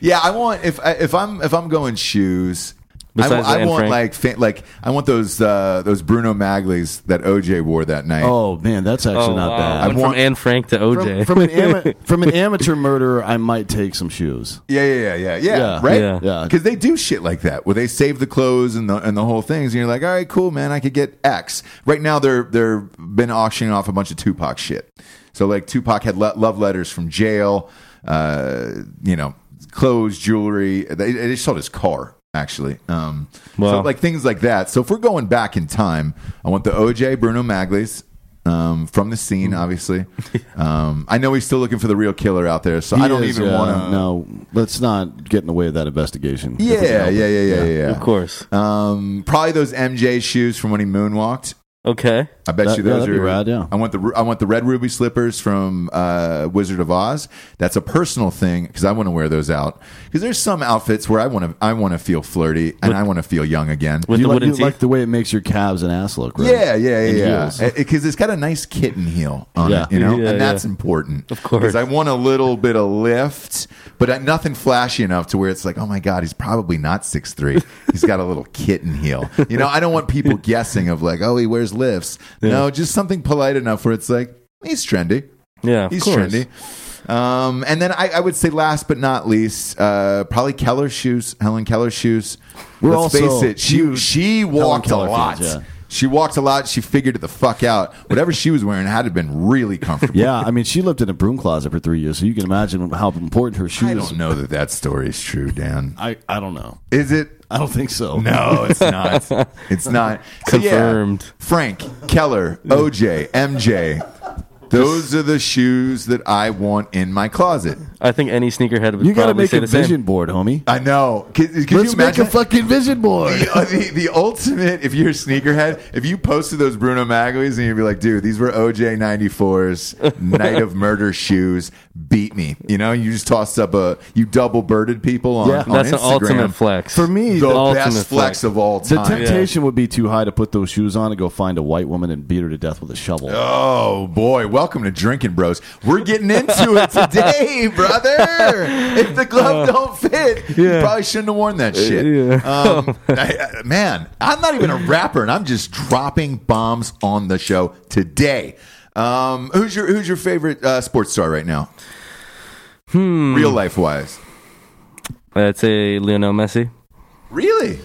Speaker 1: yeah, I want if I, if I'm if I'm going shoes. I,
Speaker 5: Besides
Speaker 1: I
Speaker 5: Anne
Speaker 1: want
Speaker 5: Frank.
Speaker 1: like fa- like I want those uh, those Bruno Magli's that OJ wore that night.
Speaker 4: Oh man, that's actually
Speaker 5: Oh,
Speaker 4: not
Speaker 5: wow.
Speaker 4: bad.
Speaker 5: Went
Speaker 1: I want-
Speaker 5: from Anne Frank to OJ.
Speaker 4: from, from an
Speaker 5: [LAUGHS]
Speaker 4: ama- from an amateur murderer, I might take some shoes.
Speaker 1: Yeah, yeah, yeah, yeah, yeah,
Speaker 4: Yeah,
Speaker 1: right?
Speaker 5: yeah.
Speaker 4: Yeah.
Speaker 1: Because they do shit like that where they save the clothes and the and the whole things, and you're like, all right, cool, man, I could get X. Right now, they're they're been auctioning off a bunch of Tupac shit. So like Tupac had le- love letters from jail, uh, you know, clothes, jewelry. They, they sold his car actually. Um, So
Speaker 5: Wow.
Speaker 1: like things like that. So if we're going back in time, I want the OJ Bruno Maglis. Um, from the scene,
Speaker 4: Hmm. [LAUGHS]
Speaker 1: obviously. Um, I know he's still looking for the real killer out there, so I don't
Speaker 4: He is,
Speaker 1: even
Speaker 4: yeah,
Speaker 1: want to.
Speaker 4: No, let's not get in the way of that investigation. If we can
Speaker 1: Yeah,
Speaker 4: help it.
Speaker 1: yeah, yeah, yeah, yeah, yeah.
Speaker 5: of course.
Speaker 1: Um, probably those MJ shoes from when he moonwalked.
Speaker 5: Okay.
Speaker 1: I bet
Speaker 4: That-
Speaker 1: you
Speaker 4: yeah,
Speaker 1: those
Speaker 4: that'd
Speaker 1: are
Speaker 4: be rad, yeah.
Speaker 1: I want the I want the red ruby slippers from uh, Wizard of Oz. That's a personal thing because I want to wear those out. Because there's some outfits where I want to I want to feel flirty and I want to feel young again.
Speaker 5: With
Speaker 4: You,
Speaker 5: the
Speaker 4: like,
Speaker 5: wooden
Speaker 4: you like
Speaker 5: teeth.
Speaker 4: the way it makes your calves and ass look, right?
Speaker 1: Yeah, yeah,
Speaker 4: And
Speaker 1: yeah,
Speaker 4: heels.
Speaker 1: yeah. Because it's got a nice kitten heel on
Speaker 4: Yeah.
Speaker 1: it, you know,
Speaker 5: Yeah,
Speaker 1: and that's
Speaker 5: yeah.
Speaker 1: important. Of
Speaker 5: course.
Speaker 1: because I want a little bit of lift, but I- nothing flashy enough to where it's like, oh my god, he's probably not six three. He's got a little [LAUGHS] kitten heel. You know, I don't want people guessing of like, oh, he wears lifts. No, just something polite enough where it's like, he's trendy.
Speaker 5: Yeah. Of
Speaker 1: He's
Speaker 5: course.
Speaker 1: trendy. Um, and then I, I would say, last but not least, uh, probably Keller shoes, Helen Keller shoes.
Speaker 4: We're
Speaker 1: Let's
Speaker 4: also
Speaker 1: face it, she
Speaker 4: huge
Speaker 1: she walked a
Speaker 4: Keller
Speaker 1: lot.
Speaker 4: fans, yeah.
Speaker 1: She walked a lot. She figured it the fuck out. Whatever she was wearing had to have been really comfortable.
Speaker 4: Yeah, I mean, she lived in a broom closet for three years, so you can imagine how important her shoes.
Speaker 1: I don't know that that story is true, Dan.
Speaker 4: I, I don't know.
Speaker 1: Is it?
Speaker 4: I don't think so.
Speaker 1: No, it's not.
Speaker 4: [LAUGHS]
Speaker 1: it's not. So, yeah,
Speaker 5: Confirmed.
Speaker 1: Frank, Keller, OJ, MJ. Those are the shoes that I want in my closet.
Speaker 5: I think any sneakerhead would
Speaker 4: You got to
Speaker 5: probably
Speaker 4: make
Speaker 5: say
Speaker 4: a
Speaker 5: the same.
Speaker 4: vision board, homie.
Speaker 1: I know. Can, can you
Speaker 4: Let's make
Speaker 1: imagine
Speaker 4: a fucking vision board.
Speaker 1: the, uh, [LAUGHS] the, the ultimate, if you're a sneakerhead, if you posted those Bruno Magli's and you'd be like, dude, these were OJ 94s, Night of Murder shoes, beat me. You know, you just tossed up a, you double birded people on,
Speaker 4: Yeah.
Speaker 1: on
Speaker 5: That's an
Speaker 1: Instagram.
Speaker 5: ultimate flex.
Speaker 4: For me,
Speaker 1: The,
Speaker 4: the,
Speaker 5: ultimate
Speaker 1: best flex
Speaker 5: flex.
Speaker 1: of all
Speaker 4: the
Speaker 1: time.
Speaker 4: temptation would be too high to put those shoes on and go find a white woman and beat her to death with a shovel.
Speaker 1: Oh boy, welcome to Drinking Bros. We're getting into it
Speaker 4: [LAUGHS]
Speaker 1: today, brother. If the
Speaker 4: Uh,
Speaker 1: glove don't fit, you probably shouldn't have worn that shit.
Speaker 4: [LAUGHS]
Speaker 1: Um,
Speaker 4: Oh,
Speaker 1: I- I- man, I'm not even a rapper, and I'm just dropping bombs on the show today. Um, who's your Who's your
Speaker 4: Hmm.
Speaker 1: favorite uh, sports star right now? Real life wise,
Speaker 5: I'd say Lionel Messi.
Speaker 1: Really?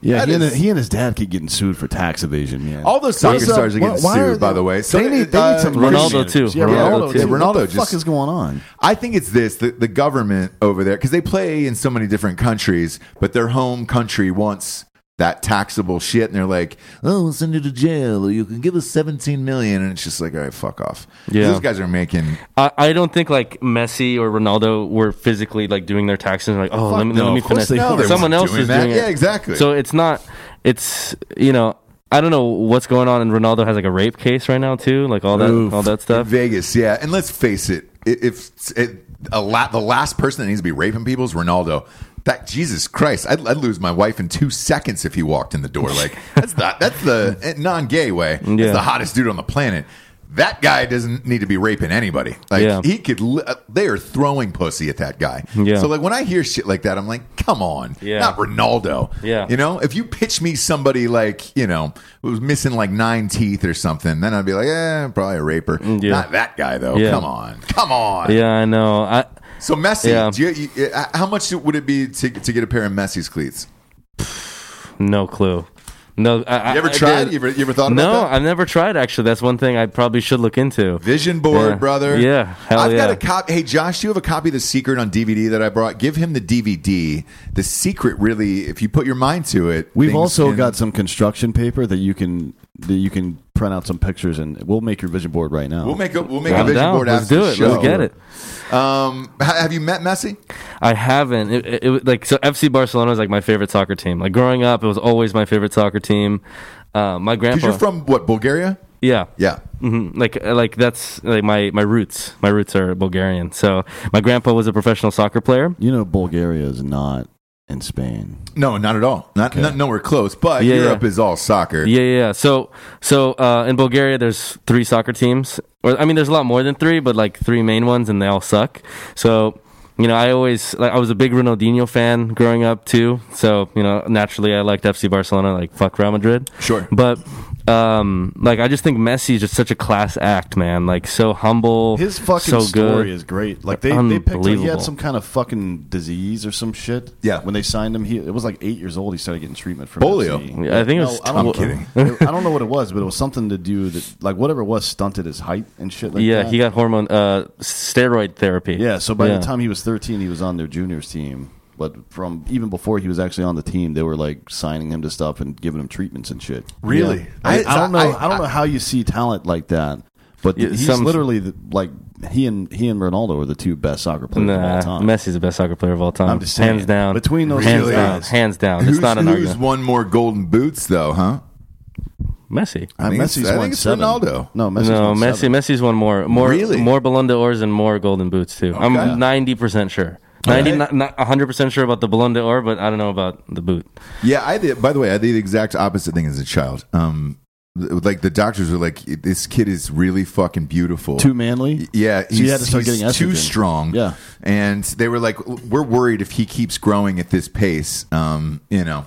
Speaker 4: Yeah,
Speaker 1: That
Speaker 4: he,
Speaker 1: is-
Speaker 4: and, he and his dad keep getting sued for tax evasion, man.
Speaker 1: All those soccer
Speaker 4: What's up?
Speaker 1: stars are getting
Speaker 4: Why- why
Speaker 1: sued,
Speaker 4: are
Speaker 1: by
Speaker 4: they-
Speaker 1: the way. So,
Speaker 4: they need, they
Speaker 1: uh,
Speaker 4: need some
Speaker 5: Ronaldo
Speaker 4: money.
Speaker 5: too.
Speaker 4: Yeah,
Speaker 5: Ronaldo
Speaker 4: Ronaldo,
Speaker 5: too.
Speaker 4: too. What
Speaker 1: Ronaldo
Speaker 4: the
Speaker 1: just-
Speaker 4: fuck is going on?
Speaker 1: I think it's this the, the government over there, because they play in so many different countries, but their home country wants that taxable shit. And they're like, oh, we'll send you to jail, or you can give us 17 million. And it's just like, all right, fuck off.
Speaker 5: Yeah.
Speaker 1: Those guys are making.
Speaker 5: I, I don't think like Messi or Ronaldo were physically like doing their taxes. and Like, oh, let me
Speaker 4: no,
Speaker 5: let me
Speaker 4: of course
Speaker 5: finish.
Speaker 4: they
Speaker 1: No,
Speaker 4: weren't
Speaker 1: they
Speaker 5: Someone
Speaker 1: weren't
Speaker 5: else
Speaker 1: doing
Speaker 5: is
Speaker 1: that.
Speaker 5: doing it.
Speaker 1: Yeah, exactly.
Speaker 5: So it's not. It's you know. I don't know what's going on, and Ronaldo has like a rape case right now too, like all that,
Speaker 4: Oof.
Speaker 5: all that stuff.
Speaker 1: Vegas, yeah. And let's face it, i- if it, a la- the last person that needs to be raping people is Ronaldo. That Jesus Christ, I'd, I'd lose my wife in two seconds if he walked in the door.
Speaker 5: [LAUGHS]
Speaker 1: Like that's the that's the eh, non-gay way. That's
Speaker 5: Yeah.
Speaker 1: the hottest dude on the planet. That guy doesn't need to be raping anybody. Like
Speaker 5: Yeah.
Speaker 1: he could. li- uh, They are throwing pussy at that guy.
Speaker 5: Yeah.
Speaker 1: So like when I hear shit like that, I'm like, come on,
Speaker 5: Yeah.
Speaker 1: not Ronaldo.
Speaker 5: Yeah.
Speaker 1: You know, if you pitch me somebody like, you know, who was missing like nine teeth or something, then I'd be like, eh, probably a raper.
Speaker 5: Mm, yeah.
Speaker 1: Not that guy, though.
Speaker 5: Yeah.
Speaker 1: Come on. Come on.
Speaker 5: Yeah, I know. I
Speaker 1: So, Messi,
Speaker 5: Yeah.
Speaker 1: do you, you, uh, how much would it be to, to get a pair of Messi's cleats?
Speaker 5: no clue. No, I,
Speaker 1: You ever
Speaker 5: I, I
Speaker 1: tried?
Speaker 5: did-
Speaker 1: You ever, you ever thought
Speaker 5: no,
Speaker 1: about that?
Speaker 5: I've never tried. Actually, that's one thing I probably should look into.
Speaker 1: Vision board,
Speaker 5: Yeah.
Speaker 1: brother.
Speaker 5: Yeah, hell
Speaker 1: I've got
Speaker 5: yeah.
Speaker 1: a copy. Hey, Josh, do you have a copy of The Secret on DVD that I brought? Give him the DVD. The Secret, really, if you put your mind to it.
Speaker 4: We've
Speaker 1: things
Speaker 4: also
Speaker 1: can-
Speaker 4: got some construction paper that you can that you can print out some pictures and we'll make your vision board right now.
Speaker 1: We'll make a, we'll make a
Speaker 5: I'm
Speaker 1: vision
Speaker 5: down.
Speaker 1: board
Speaker 5: Let's
Speaker 1: after
Speaker 5: do
Speaker 1: the
Speaker 5: it.
Speaker 1: show.
Speaker 5: Let's get it.
Speaker 1: Um, ha- have you met Messi?
Speaker 5: I haven't. It, it, it- like so, FC Barcelona is like my favorite soccer team. Like growing up, it was always my favorite soccer team. Uh, my
Speaker 1: Because
Speaker 5: grandpa.
Speaker 1: you're from what Bulgaria?
Speaker 5: yeah.
Speaker 1: Yeah.
Speaker 5: hmm Like like that's like my my roots. My roots are Bulgarian. So my grandpa was a professional soccer player.
Speaker 4: You know, Bulgaria is not in Spain.
Speaker 1: No, not at all. Not, not nowhere close. But
Speaker 5: Yeah,
Speaker 1: Europe
Speaker 5: yeah.
Speaker 1: is all soccer.
Speaker 5: Yeah, yeah. yeah. So so uh, in Bulgaria, there's three soccer teams. Or I mean, there's a lot more than three, but like three main ones, and they all suck. So. You know, I always like I was a big Ronaldinho fan growing up too. So you know, naturally, I liked FC Barcelona, like fuck Real Madrid.
Speaker 1: Sure.
Speaker 5: but um, like I just think Messi is just such a class act, man. Like so humble,
Speaker 4: His fucking
Speaker 5: so
Speaker 4: story
Speaker 5: good.
Speaker 4: is great. Like they, they picked up, he
Speaker 5: Unbelievable.
Speaker 4: had some kind of fucking disease or some shit.
Speaker 1: Yeah.
Speaker 4: When they signed him, he it was like eight years old. He started getting treatment for
Speaker 1: Polio.
Speaker 4: FC.
Speaker 5: Yeah, I think it was-
Speaker 4: I don't-
Speaker 5: I'm
Speaker 1: kidding.
Speaker 4: I don't know what it was, but it was something to do that like whatever it was stunted his height and shit. Like
Speaker 5: yeah,
Speaker 4: that.
Speaker 5: he got hormone uh, steroid therapy.
Speaker 4: Yeah, so by
Speaker 5: Yeah.
Speaker 4: the time he was 13, he was on their juniors team. But from even before he was actually on the team, they were like signing him to stuff and giving him treatments and shit.
Speaker 1: Really?
Speaker 4: Yeah. I,
Speaker 1: I-
Speaker 4: I don't know.
Speaker 1: I-
Speaker 4: I, don't know how you see talent like that. But
Speaker 5: Yeah,
Speaker 4: he's
Speaker 5: some-
Speaker 4: literally the, like he and he and Ronaldo are the two best soccer players of all
Speaker 5: Nah,
Speaker 4: time.
Speaker 5: Messi's the best soccer player of all time.
Speaker 4: I'm just saying.
Speaker 5: hands down.
Speaker 4: Between those
Speaker 5: hands
Speaker 4: two
Speaker 5: down,
Speaker 4: guys.
Speaker 5: hands down.
Speaker 1: Who's,
Speaker 5: it's not an
Speaker 1: who's
Speaker 5: argument.
Speaker 1: won more golden boots, though, huh?
Speaker 5: Messi.
Speaker 4: Uh,
Speaker 1: think it's-
Speaker 4: Messi's
Speaker 1: I think
Speaker 4: won
Speaker 1: it's
Speaker 4: seven.
Speaker 1: Ronaldo.
Speaker 4: No, Messi's
Speaker 5: No,
Speaker 4: won
Speaker 5: Messi.
Speaker 4: seven.
Speaker 5: Messi's won more, more,
Speaker 1: Really?
Speaker 5: more Ballon d'Ors and more Golden Boots too.
Speaker 1: Okay.
Speaker 5: I'm ninety percent sure. Ninety,
Speaker 1: Okay.
Speaker 5: not not hundred percent sure about the Ballon d'Or, but I don't know about
Speaker 4: [LAUGHS]
Speaker 5: the boot.
Speaker 1: Yeah, I did. By the way, I did the exact opposite thing as a child. Um, th- like the doctors were like, "This kid is really fucking beautiful."
Speaker 4: Too manly.
Speaker 1: Yeah,
Speaker 4: So you had to start getting
Speaker 1: too
Speaker 4: estrogen.
Speaker 1: strong.
Speaker 4: Yeah.
Speaker 1: and they were like, "We're worried if he keeps growing at this pace, um, you know,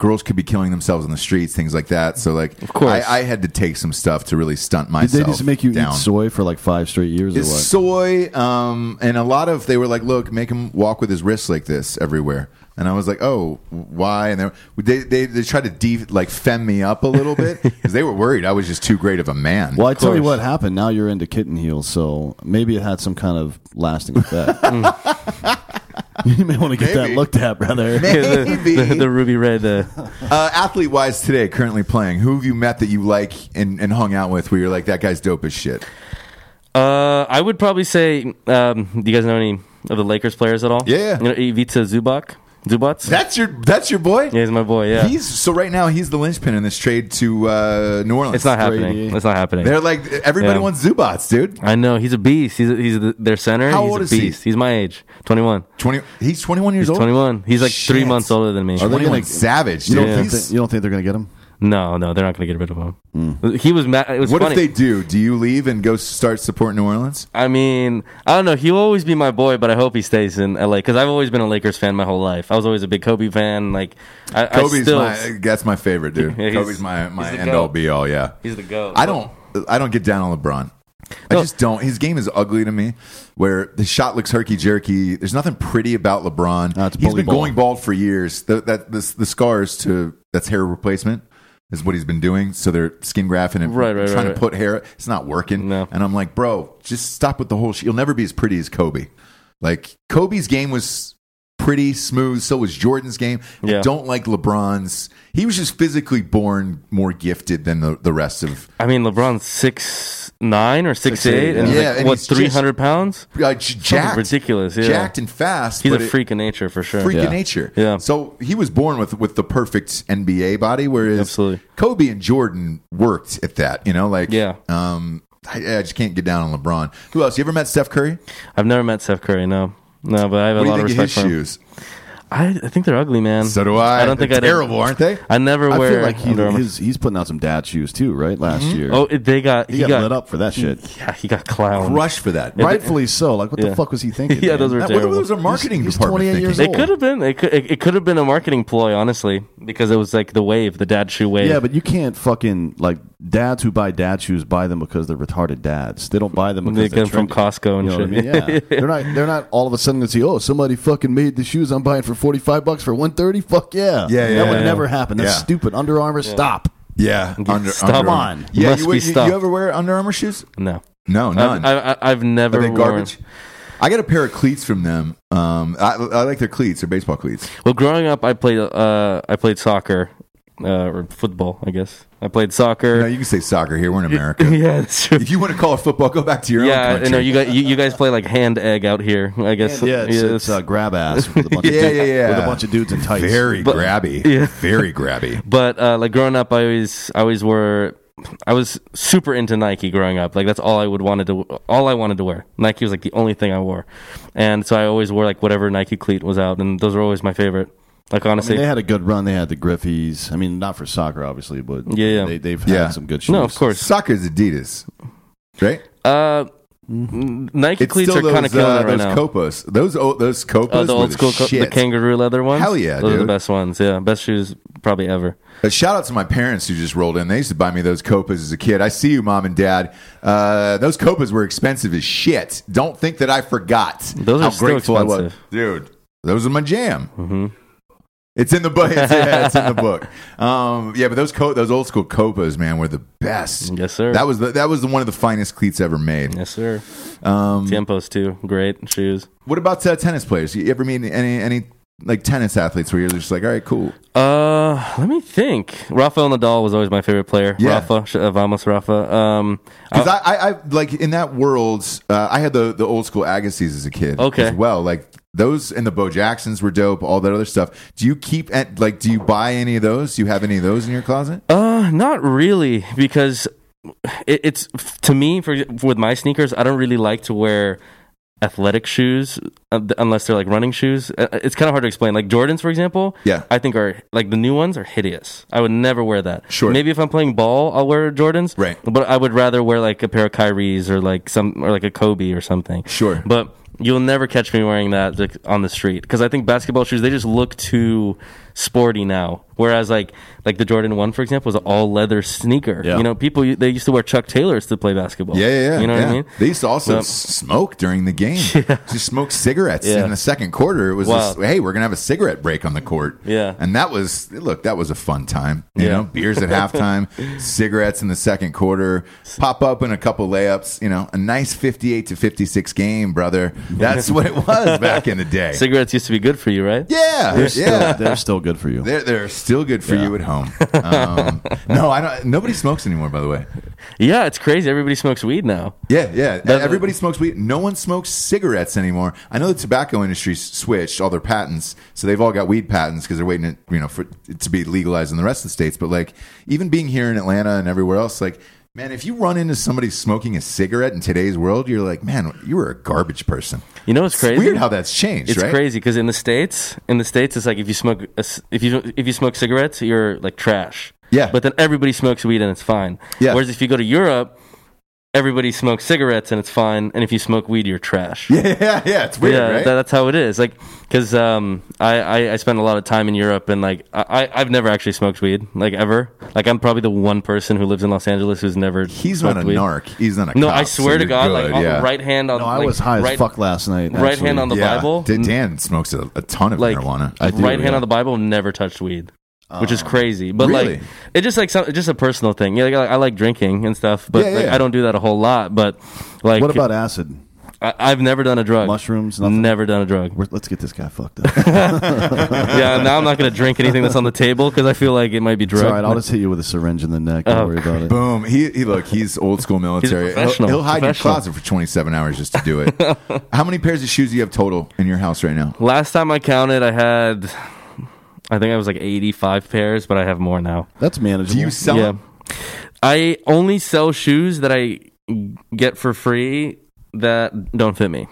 Speaker 1: girls could be killing thememselves on the streets, things like that." So, like, of
Speaker 5: course.
Speaker 1: I, I had to take some stuff to really stunt
Speaker 4: Did
Speaker 1: myself.
Speaker 4: they just make you
Speaker 1: down.
Speaker 4: eat soy for like five straight years or
Speaker 1: It's
Speaker 4: what?
Speaker 1: soy, um, and a lot of they were like, "Look, make him walk with his wrists like this everywhere." And I was like, "Oh, why?" And they were- they they, they tried to de- like fem me up a little
Speaker 5: [LAUGHS]
Speaker 1: bit because they were worried I was just too great of a man.
Speaker 4: Well, I tell you what happened. Now you're into kitten heels, so maybe it had some kind of lasting effect.
Speaker 5: [LAUGHS] Mm.
Speaker 4: [LAUGHS] you may want to get
Speaker 1: Maybe.
Speaker 4: that looked at, brother.
Speaker 5: [LAUGHS] the,
Speaker 1: Maybe.
Speaker 5: the, the ruby red. The,
Speaker 1: Uh, athlete wise, today currently playing, who have you met that you like and, and hung out with where you're like that guy's dope as shit?
Speaker 5: uh, I would probably say. Um, do you guys know any of the Lakers players at all?
Speaker 1: Yeah.
Speaker 5: You know Ivica Zubac. Zubats.
Speaker 1: That's your that's your boy.
Speaker 5: yeah, he's my boy. Yeah.
Speaker 1: He's so right now he's the linchpin in this trade to uh, New Orleans.
Speaker 5: it's not happening.
Speaker 4: 3D.
Speaker 5: It's not happening.
Speaker 1: They're like everybody
Speaker 5: Yeah.
Speaker 1: wants Zubats, dude.
Speaker 5: I know he's a beast. He's a, he's the, their center.
Speaker 1: How
Speaker 5: he's
Speaker 1: old
Speaker 5: a
Speaker 1: is he?
Speaker 5: beast. He's my age, twenty one.
Speaker 1: Twenty. He's 21 years
Speaker 5: He's
Speaker 1: old.
Speaker 5: twenty one. He's like three
Speaker 1: Shit.
Speaker 5: months older than me.
Speaker 4: they
Speaker 1: 21
Speaker 4: gonna-
Speaker 1: savage.
Speaker 4: You
Speaker 1: Dude.
Speaker 4: don't, think,
Speaker 1: He's-
Speaker 4: you don't think they're going to get him?
Speaker 5: No, no, they're not going to get rid of him. He was mad. It was
Speaker 1: Hmm. what
Speaker 5: funny.
Speaker 1: if they do? Do you leave and go start supporting New Orleans?
Speaker 5: I mean, I don't know. He'll always be my boy, but I hope he stays in LA because I've always been a Lakers fan my whole life. I was always a big Kobe fan. Like, I, I
Speaker 1: Kobe's
Speaker 5: still,
Speaker 1: my that's my favorite dude.
Speaker 5: [LAUGHS] Yeah, he's-
Speaker 1: Kobe's my my
Speaker 5: he's the
Speaker 1: end all
Speaker 5: goat.
Speaker 1: be all. Yeah,
Speaker 5: he's the goat.
Speaker 1: I don't I don't get down on LeBron. I just don't. His game is ugly to me. Where the shot looks herky jerky. There's nothing pretty about LeBron.
Speaker 4: Uh, it's
Speaker 1: he's
Speaker 4: bully
Speaker 1: been
Speaker 4: ball.
Speaker 1: going bald for years. The, that the, the scars to that's hair replacement is what he's been doing. So they're skin grafting and
Speaker 5: Right, right,
Speaker 1: trying
Speaker 5: right,
Speaker 1: to
Speaker 5: right.
Speaker 1: put hair. It's not working.
Speaker 5: No.
Speaker 1: And I'm like, bro, just stop with the whole. Sh- You'll never be as pretty as Kobe. Like Kobe's game was pretty smooth. So was Jordan's game. I
Speaker 5: Yeah.
Speaker 1: don't like LeBron's. He was just physically born more gifted than the, the rest of
Speaker 5: I mean, LeBron's six nine or six, eight, and
Speaker 1: yeah.
Speaker 5: he's
Speaker 1: Yeah,
Speaker 5: like,
Speaker 1: and
Speaker 5: what
Speaker 1: he's
Speaker 5: three hundred pounds?
Speaker 1: uh, j- jacked,
Speaker 5: ridiculous, yeah.
Speaker 1: jacked and fast.
Speaker 5: He's
Speaker 1: but
Speaker 5: a
Speaker 1: it-
Speaker 5: freak of nature for sure.
Speaker 1: freak
Speaker 4: Yeah.
Speaker 1: of nature.
Speaker 5: Yeah.
Speaker 1: So he was born with with the perfect NBA body, whereas
Speaker 5: Absolutely.
Speaker 1: Kobe and Jordan worked at that. You know, like
Speaker 5: Yeah.
Speaker 1: Um, I, I just can't get down on LeBron. Who else? You ever met Steph Curry?
Speaker 5: I've never met Steph Curry. No, no, but I have
Speaker 1: What
Speaker 5: a
Speaker 1: do
Speaker 5: lot
Speaker 1: you
Speaker 5: of
Speaker 1: think of his
Speaker 5: respect for him.
Speaker 1: shoes?
Speaker 5: I, I think they're ugly, man.
Speaker 1: So do I.
Speaker 5: I don't think
Speaker 1: They're
Speaker 5: I did-
Speaker 1: terrible, aren't they?
Speaker 5: I never
Speaker 4: I
Speaker 5: wear.
Speaker 4: feel like he,
Speaker 5: Under Armour.
Speaker 4: his, he's putting out some dad shoes too, right? Last year,
Speaker 5: oh, it- they got. Mm,
Speaker 4: he, got, lit up for that
Speaker 5: [LAUGHS]
Speaker 4: shit.
Speaker 5: Yeah, he got clowned.
Speaker 1: Rush for that. Right.
Speaker 4: Rightfully so. Like, what the
Speaker 5: Yeah.
Speaker 4: fuck was he thinking?
Speaker 5: [LAUGHS] Yeah,
Speaker 4: man?
Speaker 5: those are
Speaker 1: That, what,
Speaker 5: terrible.
Speaker 1: what was our marketing
Speaker 4: He's- he's
Speaker 1: department
Speaker 4: 28 years
Speaker 1: thinking?
Speaker 4: old.
Speaker 5: It could have been. It could. It, it could have been a marketing ploy, honestly, because it was like the wave, the dad shoe wave.
Speaker 4: Yeah, but you can't fucking like dads who buy dad shoes buy them because they're retarded dads. They don't buy them
Speaker 5: They
Speaker 4: because
Speaker 5: get
Speaker 4: they're
Speaker 5: them from
Speaker 4: trendy.
Speaker 5: Costco and
Speaker 4: You know
Speaker 5: shit.
Speaker 4: what I mean? Yeah, [LAUGHS] they're not. They're not all of a sudden going to see. Oh, somebody fucking made the shoes I'm buying for forty five bucks for one thirty. Fuck yeah,
Speaker 1: Yeah, yeah,
Speaker 4: That would
Speaker 1: yeah.
Speaker 4: never happen. That's
Speaker 1: Yeah.
Speaker 4: stupid. Under Armour, stop.
Speaker 1: Yeah. Under,
Speaker 5: Stop.
Speaker 1: Under Armour.
Speaker 4: on.
Speaker 1: Yeah.
Speaker 5: Must
Speaker 1: You,
Speaker 5: be
Speaker 1: you,
Speaker 5: stop.
Speaker 1: you ever wear Under Armour shoes?
Speaker 5: [LAUGHS] No,
Speaker 1: No, none.
Speaker 5: I've, I, I, I've never.
Speaker 1: Are they
Speaker 5: worn-
Speaker 1: garbage? I got a pair of cleats from them. Um, I, I like their cleats. They're baseball cleats.
Speaker 5: Well, growing up, I played. Uh, I played soccer uh, or football. I guess I played
Speaker 1: No,
Speaker 5: soccer.
Speaker 1: you can say soccer here. We're in America.
Speaker 5: [LAUGHS] yeah, that's true.
Speaker 1: If you want to call it football, go back to your
Speaker 5: yeah,
Speaker 1: own
Speaker 5: I
Speaker 1: country.
Speaker 5: know you guys. You, you guys play like hand egg out here. I guess.
Speaker 4: Yeah, it's, it's, uh, grab ass with a [LAUGHS] bunch of
Speaker 1: Yeah,
Speaker 4: dudes,
Speaker 1: yeah, yeah.
Speaker 4: with a bunch of dudes in tights.
Speaker 1: Very
Speaker 5: But-
Speaker 1: grabby.
Speaker 5: [LAUGHS] Yeah.
Speaker 1: Very grabby.
Speaker 5: But uh, like growing up, I always I always were I was super into Nike growing up. Like that's all I would wanted to all I wanted to wear. Nike was like the only thing I wore, and so I always wore like whatever Nike cleat was out, and those were always my favorite. Like
Speaker 4: I
Speaker 5: honestly,
Speaker 4: mean, they had a good run. They had the Griffies. I mean, not for soccer, obviously, but
Speaker 5: Yeah, yeah.
Speaker 4: They, they've
Speaker 1: Yeah.
Speaker 4: had some good shoes.
Speaker 5: no, of course.
Speaker 1: Soccer's Adidas, right?
Speaker 5: Uh, Nike
Speaker 1: It's
Speaker 5: cleats
Speaker 1: still
Speaker 5: are
Speaker 1: those,
Speaker 5: kind of killing
Speaker 1: uh,
Speaker 5: it right
Speaker 1: those
Speaker 5: now.
Speaker 1: Copas. Those old, those Copas
Speaker 5: Uh, the
Speaker 1: were
Speaker 5: old school, co- the
Speaker 1: shit.
Speaker 5: kangaroo leather ones.
Speaker 1: Hell yeah,
Speaker 5: those are the
Speaker 1: dude.
Speaker 5: best ones. Yeah, best shoes probably ever.
Speaker 1: Uh, shout out to my parents who just rolled in. They used to buy me those Copas as a kid. I see you, mom and dad. Uh, those Copas were expensive as shit. Don't think that I forgot.
Speaker 5: Those are
Speaker 1: how
Speaker 5: still
Speaker 1: grateful I was,
Speaker 5: expensive. Mm-hmm.
Speaker 1: dude. Those are my jam. It's in the book. It's, yeah, it's in
Speaker 5: [LAUGHS]
Speaker 1: the book. Um, yeah, but those co- those old school Copas, man, were the best.
Speaker 5: Yes, sir.
Speaker 1: That was the, that was the, one of the finest cleats ever made.
Speaker 5: Yes, sir. Um, Tiempos too. Great shoes.
Speaker 1: What about uh, tennis players? You ever meet any any like tennis athletes where you're just like, all right, cool.
Speaker 5: Uh, let me think. Rafael Nadal was always my favorite player.
Speaker 1: Yeah.
Speaker 5: Rafa, sh- uh, vamos Rafa. Um,
Speaker 1: Because I, I, I like in that world, uh, I had the the old school Agassiz as a kid.
Speaker 5: Okay.
Speaker 1: as well, like those and the Bo Jacksons were dope. All that other stuff. Do you keep at like? Do you buy any of those? Do you have any of those in your closet?
Speaker 5: Uh, not really, because it, it's to me for with my sneakers, I don't really like to wear athletic shoes uh, th- unless they're like running shoes. Uh, It's kind of hard to explain. Like Jordans, for example.
Speaker 1: Yeah.
Speaker 5: I think are like the new ones are hideous. I would never wear that.
Speaker 1: Sure.
Speaker 5: Maybe if I'm playing ball, I'll wear Jordans.
Speaker 1: Right.
Speaker 5: But I would rather wear like a pair of Kyrie's or like some or like a Kobe or something.
Speaker 1: Sure.
Speaker 5: But you'll never catch me wearing that like, on the street because I think basketball shoes they just look too sporty now. Whereas like like the Jordan One for example was an all leather sneaker.
Speaker 4: Yeah.
Speaker 5: You know, people they used to wear Chuck Taylors to play basketball.
Speaker 1: Yeah, yeah, yeah.
Speaker 5: You know
Speaker 1: yeah.
Speaker 5: what I mean?
Speaker 1: They used to also
Speaker 5: So-
Speaker 1: s- smoke during the
Speaker 5: [LAUGHS]
Speaker 1: game. Just smoke cigarettes
Speaker 5: Yeah.
Speaker 1: in the second quarter. It was
Speaker 5: Wow.
Speaker 1: this, hey, we're gonna have a cigarette break on the court.
Speaker 5: Yeah.
Speaker 1: and that was look, that was a fun time. You
Speaker 5: Yeah.
Speaker 1: know, beers
Speaker 5: [LAUGHS]
Speaker 1: at halftime, cigarettes in the second quarter, pop up in a couple layups. You know, a nice fifty-eight to fifty-six game, brother. That's what it was back in the
Speaker 5: [LAUGHS]
Speaker 1: day.
Speaker 5: Cigarettes used to be good for you, right?
Speaker 1: yeah,
Speaker 4: They're still,
Speaker 1: yeah.
Speaker 4: they're still good for you.
Speaker 1: They're, they're still good for
Speaker 4: Yeah.
Speaker 1: you at home. Um, no, I don't. Nobody smokes anymore, by the way.
Speaker 5: Yeah, it's crazy. Everybody smokes weed now.
Speaker 1: Yeah, yeah. E-,
Speaker 5: That-
Speaker 1: Everybody smokes weed. No one smokes cigarettes anymore. I know the tobacco industry s- switched all their patents, so they've all got weed patents because they're waiting, to, you know, for it to be legalized in the rest of the states. But like, even being here in Atlanta and everywhere else, like, man, if you run into somebody smoking a cigarette in today's world, you're like, man, you were a garbage person.
Speaker 5: You know what's
Speaker 1: It's
Speaker 5: crazy?
Speaker 1: weird how that's changed,
Speaker 5: It's
Speaker 1: right?
Speaker 5: crazy because in the states, in the states, it's like if you smoke a c if you if you smoke cigarettes, you're like trash.
Speaker 1: Yeah.
Speaker 5: But then everybody smokes weed and it's fine.
Speaker 1: Yeah.
Speaker 5: Whereas if you go to Europe, everybody smokes cigarettes and it's fine, and if you smoke weed, you're trash.
Speaker 1: Yeah, [LAUGHS] yeah, yeah. It's weird,
Speaker 5: yeah,
Speaker 1: right?
Speaker 5: that, that's how it is. Like, because um, I, I I spend a lot of time in Europe, and like I I- I've never actually smoked weed, like ever. Like I'm probably the one person who lives in Los Angeles who's never.
Speaker 1: He's not
Speaker 5: smoked
Speaker 1: a
Speaker 5: weed.
Speaker 1: narc. He's not a
Speaker 5: No,
Speaker 1: cop,
Speaker 5: I
Speaker 1: so
Speaker 5: swear to
Speaker 1: you're
Speaker 5: God,
Speaker 1: good,
Speaker 5: like on
Speaker 1: yeah.
Speaker 5: the right hand on.
Speaker 4: No, I
Speaker 5: like,
Speaker 4: was high
Speaker 5: right,
Speaker 4: as fuck last night.
Speaker 5: Right
Speaker 4: actually.
Speaker 5: hand on the
Speaker 1: yeah.
Speaker 5: Bible.
Speaker 1: Dan- Dan smokes a, a ton of
Speaker 5: like
Speaker 1: marijuana.
Speaker 4: I do,
Speaker 5: right hand
Speaker 4: yeah. Oh.
Speaker 5: on the Bible, never touched weed, which is crazy. But
Speaker 1: Really?
Speaker 5: like, it just like some, it's just a personal thing. Yeah, like, I, I like drinking and stuff, but
Speaker 1: Yeah,
Speaker 5: like,
Speaker 1: yeah.
Speaker 5: I don't do that a whole lot. But like,
Speaker 4: What about acid?
Speaker 5: I, I've never done a drug.
Speaker 4: Mushrooms, nothing?
Speaker 5: Never done a drug.
Speaker 4: We're, let's get this guy [LAUGHS] fucked up.
Speaker 5: yeah, now I'm not gonna drink anything that's on the table because I feel like it might be drug.
Speaker 4: It's all right. I'll just hit you with a syringe in the neck. Don't
Speaker 5: Oh,
Speaker 4: worry about it.
Speaker 1: Boom. He, he look. He's old school military. He'll-
Speaker 5: professional.
Speaker 1: He'll, hide in your
Speaker 5: Professional.
Speaker 1: closet for 27 hours just to
Speaker 5: [LAUGHS]
Speaker 1: do it. How many pairs of shoes do you have total in your house right now?
Speaker 5: Last time I counted, I had, I think I was like 85 pairs, but I have more now.
Speaker 4: That's manageable.
Speaker 1: Do you sell?
Speaker 5: yeah,
Speaker 1: them?
Speaker 5: I only sell shoes that I get for free that don't fit me.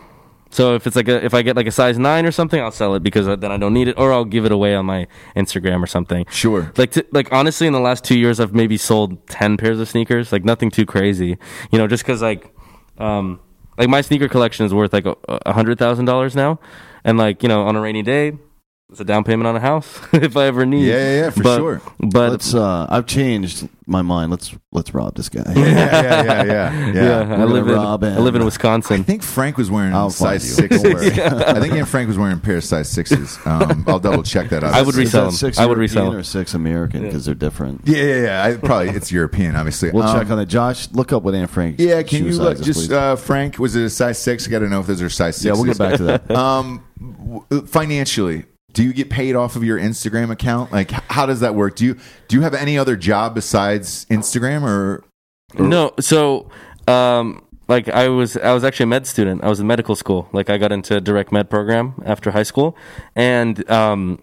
Speaker 5: So if it's like a, if I get like a size nine or something, I'll sell it because then I don't need it, or I'll give it away on my Instagram or something.
Speaker 1: Sure.
Speaker 5: Like, t- like honestly, in the last two years, I've maybe sold ten pairs of sneakers. Like nothing too crazy, you know. Just because like, um, like my sneaker collection is worth like a a hundred thousand dollars now, and like you know, on a rainy day, it's a down payment on a house [LAUGHS] if I ever need.
Speaker 1: Yeah, yeah, yeah, for
Speaker 5: But- [LAUGHS]
Speaker 1: sure.
Speaker 5: But
Speaker 4: Let's. Uh, I've changed my mind. Let's let's rob this guy.
Speaker 1: Yeah, yeah, yeah, yeah.
Speaker 5: yeah, I
Speaker 4: gonna
Speaker 5: live in
Speaker 4: rob him.
Speaker 5: I live in
Speaker 1: I
Speaker 5: Wisconsin.
Speaker 1: think Frank was wearing
Speaker 4: I'll
Speaker 1: size
Speaker 4: find you.
Speaker 1: six.
Speaker 4: Don't worry.
Speaker 1: [LAUGHS] I think Frank was wearing a pair of size sixes. Um, I'll double check that out.
Speaker 5: [LAUGHS] I would
Speaker 4: Is
Speaker 5: resell
Speaker 4: that
Speaker 5: them.
Speaker 4: Six
Speaker 5: I would
Speaker 4: European
Speaker 5: resell them.
Speaker 4: or six American because they're different.
Speaker 1: Yeah, yeah, yeah. I, probably it's European, obviously.
Speaker 4: We'll
Speaker 1: Um,
Speaker 4: check on that. Josh, look up what Aunt Frank.
Speaker 1: Yeah, can you
Speaker 4: shoe
Speaker 1: look
Speaker 4: sizes,
Speaker 1: just
Speaker 4: please.
Speaker 1: uh, Frank? Was it a size six? I got to know if those are size six.
Speaker 4: yeah, we'll get back to
Speaker 1: [LAUGHS]
Speaker 4: that.
Speaker 1: Um, w- financially, do you get paid off of your Instagram account? Like, h- how does that work? Do you do you have any other job besides Instagram? Or
Speaker 5: No, so um, like I was I was actually a med student. I was in medical school. Like I got into a direct med program after high school, and um,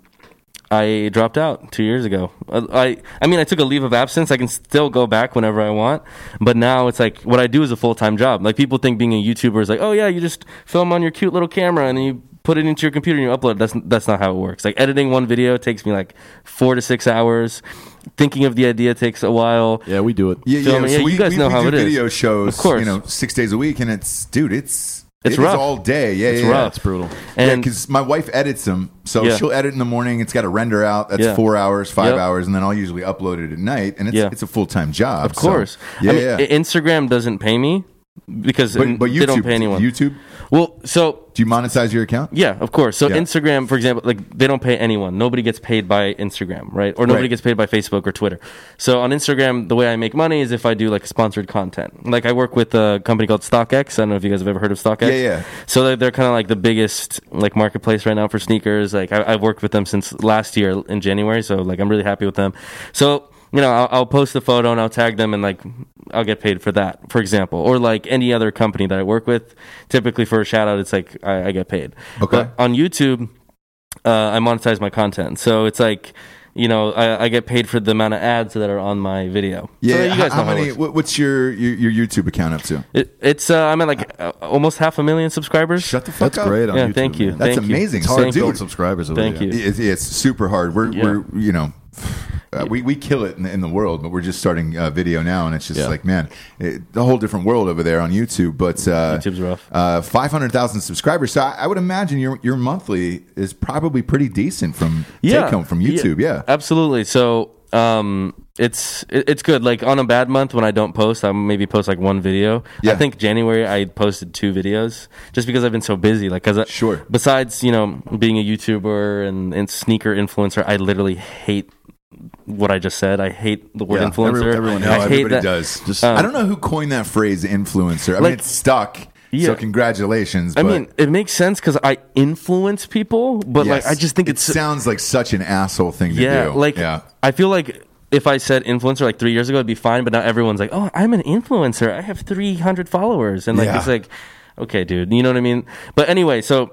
Speaker 5: I dropped out two years ago. Uh, I I mean I took a leave of absence. I can still go back whenever I want, but now it's like what I do is a full time job. Like people think being a YouTuber is like oh yeah you just film on your cute little camera and you put it into your computer and you upload. That's that's not how it works. Like editing one video takes me like four to six hours. Thinking of the idea takes a while.
Speaker 4: yeah, we do it.
Speaker 1: yeah,
Speaker 5: Film it. Yeah, you guys know how
Speaker 1: do
Speaker 5: it is.
Speaker 1: Video shows,
Speaker 5: Of course.
Speaker 1: you know, six days a week, and it's dude, it's
Speaker 5: It's
Speaker 1: it is
Speaker 5: rough.
Speaker 1: all day. Yeah,
Speaker 5: It's
Speaker 1: yeah, yeah.
Speaker 5: rough.
Speaker 4: That's brutal.
Speaker 1: Yeah,
Speaker 5: And
Speaker 1: because my wife edits them, so
Speaker 5: Yeah.
Speaker 1: she'll edit in the morning. It's got to render out. That's
Speaker 5: Yeah.
Speaker 1: four hours, five
Speaker 5: Yep.
Speaker 1: hours, and then I'll usually upload it at night. And it's
Speaker 5: Yeah.
Speaker 1: it's a full time job.
Speaker 5: Of course.
Speaker 1: yeah,
Speaker 5: I mean,
Speaker 1: yeah.
Speaker 5: I- Instagram doesn't pay me because
Speaker 1: but, but YouTube,
Speaker 5: they don't pay anyone.
Speaker 1: YouTube,
Speaker 5: well, so
Speaker 1: do you monetize your account?
Speaker 5: yeah, of course. So
Speaker 1: Yeah.
Speaker 5: Instagram, for example, like they don't pay anyone. Nobody gets paid by Instagram, right? Or nobody
Speaker 1: Right.
Speaker 5: gets paid by Facebook or Twitter. So on Instagram, the way I make money is if I do like sponsored content. Like I work with a company called StockX. I don't know if you guys have ever heard of StockX.
Speaker 1: Yeah, yeah.
Speaker 5: So they're, they're kind of like the biggest like marketplace right now for sneakers. Like I, I've worked with them since last year in January, so like I'm really happy with them. So you know, I'll, I'll post the photo and I'll tag them and like I'll get paid for that, for example, or like any other company that I work with. Typically for a shout out, it's like I, I get paid.
Speaker 1: Okay.
Speaker 5: But on YouTube, uh, I monetize my content, so it's like. You know, I, I get paid for the amount of ads that are on my video. so you
Speaker 1: h-
Speaker 5: guys
Speaker 1: how,
Speaker 5: know how it
Speaker 1: many?
Speaker 5: works.
Speaker 1: what- what's your, your your YouTube account up to?
Speaker 5: It, it's uh, I'm at like uh, almost half a million subscribers.
Speaker 1: Shut the fuck
Speaker 4: That's
Speaker 1: up.
Speaker 4: great. On
Speaker 5: yeah,
Speaker 4: YouTube,
Speaker 5: thank you.
Speaker 4: man.
Speaker 1: That's
Speaker 5: Thank you.
Speaker 1: amazing.
Speaker 4: It's hard
Speaker 5: Thank
Speaker 4: to
Speaker 5: you.
Speaker 4: build subscribers. Over
Speaker 5: Thank
Speaker 4: there.
Speaker 5: you.
Speaker 1: It's, it's super hard. We're
Speaker 5: Yeah.
Speaker 1: we're you know. Uh, we, we kill it in the, in the world, but we're just starting uh, video now, and it's just
Speaker 4: Yeah.
Speaker 1: like, man, it, a whole different world over there on YouTube. But uh,
Speaker 5: YouTube's rough.
Speaker 1: Uh, Five hundred thousand subscribers, so I, I would imagine your your monthly is probably pretty decent from take home from YouTube. Yeah,
Speaker 5: absolutely. So um, it's it- it's good. Like on a bad month when I don't post, I maybe post like one video.
Speaker 1: Yeah.
Speaker 5: I think January I posted two videos just because I've been so busy. Like because
Speaker 1: Sure.
Speaker 5: Besides you know being a YouTuber and, and sneaker influencer, I literally hate what I just said. I hate the word
Speaker 4: Yeah,
Speaker 5: influencer.
Speaker 4: every- everyone
Speaker 5: I
Speaker 4: hates
Speaker 5: hate
Speaker 4: it.
Speaker 1: everybody
Speaker 5: that- Um,
Speaker 1: does.
Speaker 4: Just-
Speaker 1: I don't know who coined that phrase, influencer. I mean,
Speaker 5: Like-
Speaker 1: it's stuck.
Speaker 5: Yeah.
Speaker 1: So congratulations.
Speaker 5: I
Speaker 1: but-
Speaker 5: mean, it makes sense because I influence people, but
Speaker 1: Yes.
Speaker 5: like I just think
Speaker 1: it
Speaker 5: it's
Speaker 1: sounds like such an asshole thing to
Speaker 5: yeah,
Speaker 1: do.
Speaker 5: like
Speaker 1: yeah.
Speaker 5: I feel like if I said influencer like three years ago, it'd be fine. But now everyone's like, "Oh, I'm an influencer. I have 300 followers," and like
Speaker 1: Yeah.
Speaker 5: it's like, okay, dude, you know what I mean? But anyway, so.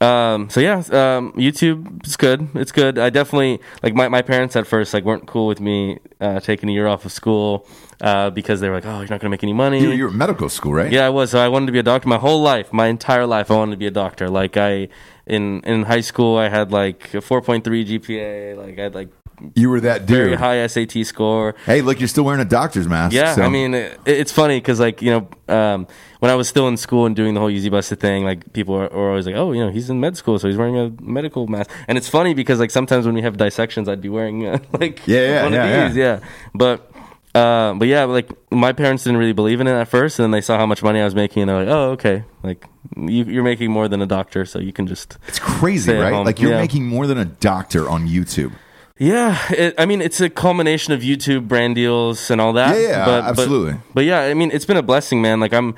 Speaker 5: Um, so yeah, um, YouTube is good. It's good. I definitely like my, my parents at first like weren't cool with me uh, taking a year off of school uh, because they were like, oh, you're not gonna make any money.
Speaker 1: You, you're at medical school, right?
Speaker 5: Yeah, I was. So I wanted to be a doctor my whole life, my entire life. I wanted to be a doctor. Like I in in high school, I had like a 4.3 GPA. Like I had like
Speaker 1: You were that
Speaker 5: very
Speaker 1: dude.
Speaker 5: high SAT score.
Speaker 1: Hey, look, you're still wearing a doctor's mask.
Speaker 5: Yeah,
Speaker 1: so-
Speaker 5: I mean, it, it's funny because like you know, um, when I was still in school and doing the whole Uzi Buster thing, like people were, were always like, "Oh, you know, he's in med school, so he's wearing a medical mask." And it's funny because like sometimes when we have dissections, I'd be wearing uh, [LAUGHS] like
Speaker 1: Yeah, yeah,
Speaker 5: one
Speaker 1: yeah,
Speaker 5: of these, yeah. But uh, but yeah, like my parents didn't really believe in it at first, and then they saw how much money I was making, and they're like, "Oh, okay, like you, you're making more than a doctor, so you can just."
Speaker 1: it's crazy,
Speaker 5: stay at
Speaker 1: right?
Speaker 5: home.
Speaker 1: Like you're
Speaker 5: Yeah.
Speaker 1: making more than a doctor on YouTube.
Speaker 5: Yeah, it, I mean, it's a culmination of YouTube brand deals and all that.
Speaker 1: Yeah, yeah, absolutely.
Speaker 5: But, yeah, I mean, it's been a blessing, man. Like I'm,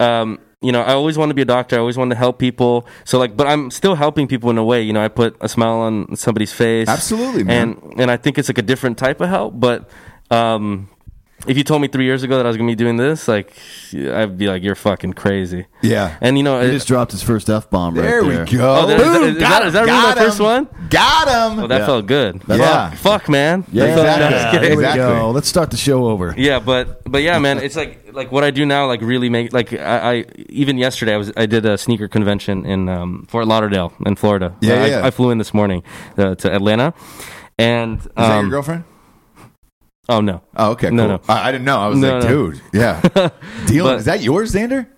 Speaker 5: um, you know, I always wanted to be a doctor. I always wanted to help people. So like, but I'm still helping people in a way. You know, I put a smile on somebody's face.
Speaker 1: Absolutely, man.
Speaker 5: And and I think it's like a different type of help. But um, if you told me three years ago that I was gonna be doing this, like, I'd be like, you're fucking crazy.
Speaker 1: Yeah.
Speaker 5: And you know,
Speaker 4: He
Speaker 5: it-
Speaker 4: just dropped his first f bomb right
Speaker 1: There
Speaker 4: there.
Speaker 1: we go.
Speaker 5: Oh, there- is that- is that- is that really
Speaker 1: got
Speaker 5: the first one?
Speaker 1: Got him.
Speaker 5: oh, that felt good.
Speaker 1: Yeah.
Speaker 5: Fuck, fuck, man.
Speaker 4: Yeah,
Speaker 5: [LAUGHS] That felt-
Speaker 1: exactly.
Speaker 5: No, just kidding.
Speaker 4: There we
Speaker 1: Exactly.
Speaker 4: go. Let's start the show over.
Speaker 5: Yeah, but but yeah, man, it's like like what I do now, like really make like I, I even yesterday I was I did a sneaker convention in um, Fort Lauderdale in Florida.
Speaker 1: Yeah,
Speaker 5: I,
Speaker 1: yeah.
Speaker 5: I flew in this morning uh, to Atlanta, and um,
Speaker 1: Is that your girlfriend?
Speaker 5: oh no,
Speaker 1: Oh, okay.
Speaker 5: no,
Speaker 1: cool. I, I didn't know. I was
Speaker 5: No,
Speaker 1: like,
Speaker 5: no.
Speaker 1: dude, yeah. Dealing,
Speaker 5: [LAUGHS] But-
Speaker 1: is that yours, Xander? [LAUGHS]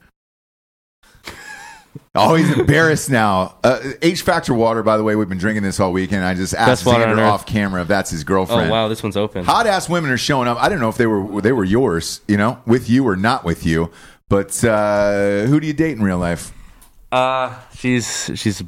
Speaker 1: Oh, he's embarrassed now. Uh, H Factor water, by the way, we've been drinking this all weekend. I just asked
Speaker 5: Best water on
Speaker 1: Xander
Speaker 5: earth.
Speaker 1: off camera if that's his girlfriend.
Speaker 5: oh wow, this one's open.
Speaker 1: Hot ass women are showing up. I don't know if they were they were yours, you know, with you or not with you. But uh, who do you date in real life?
Speaker 5: Uh, she's she's a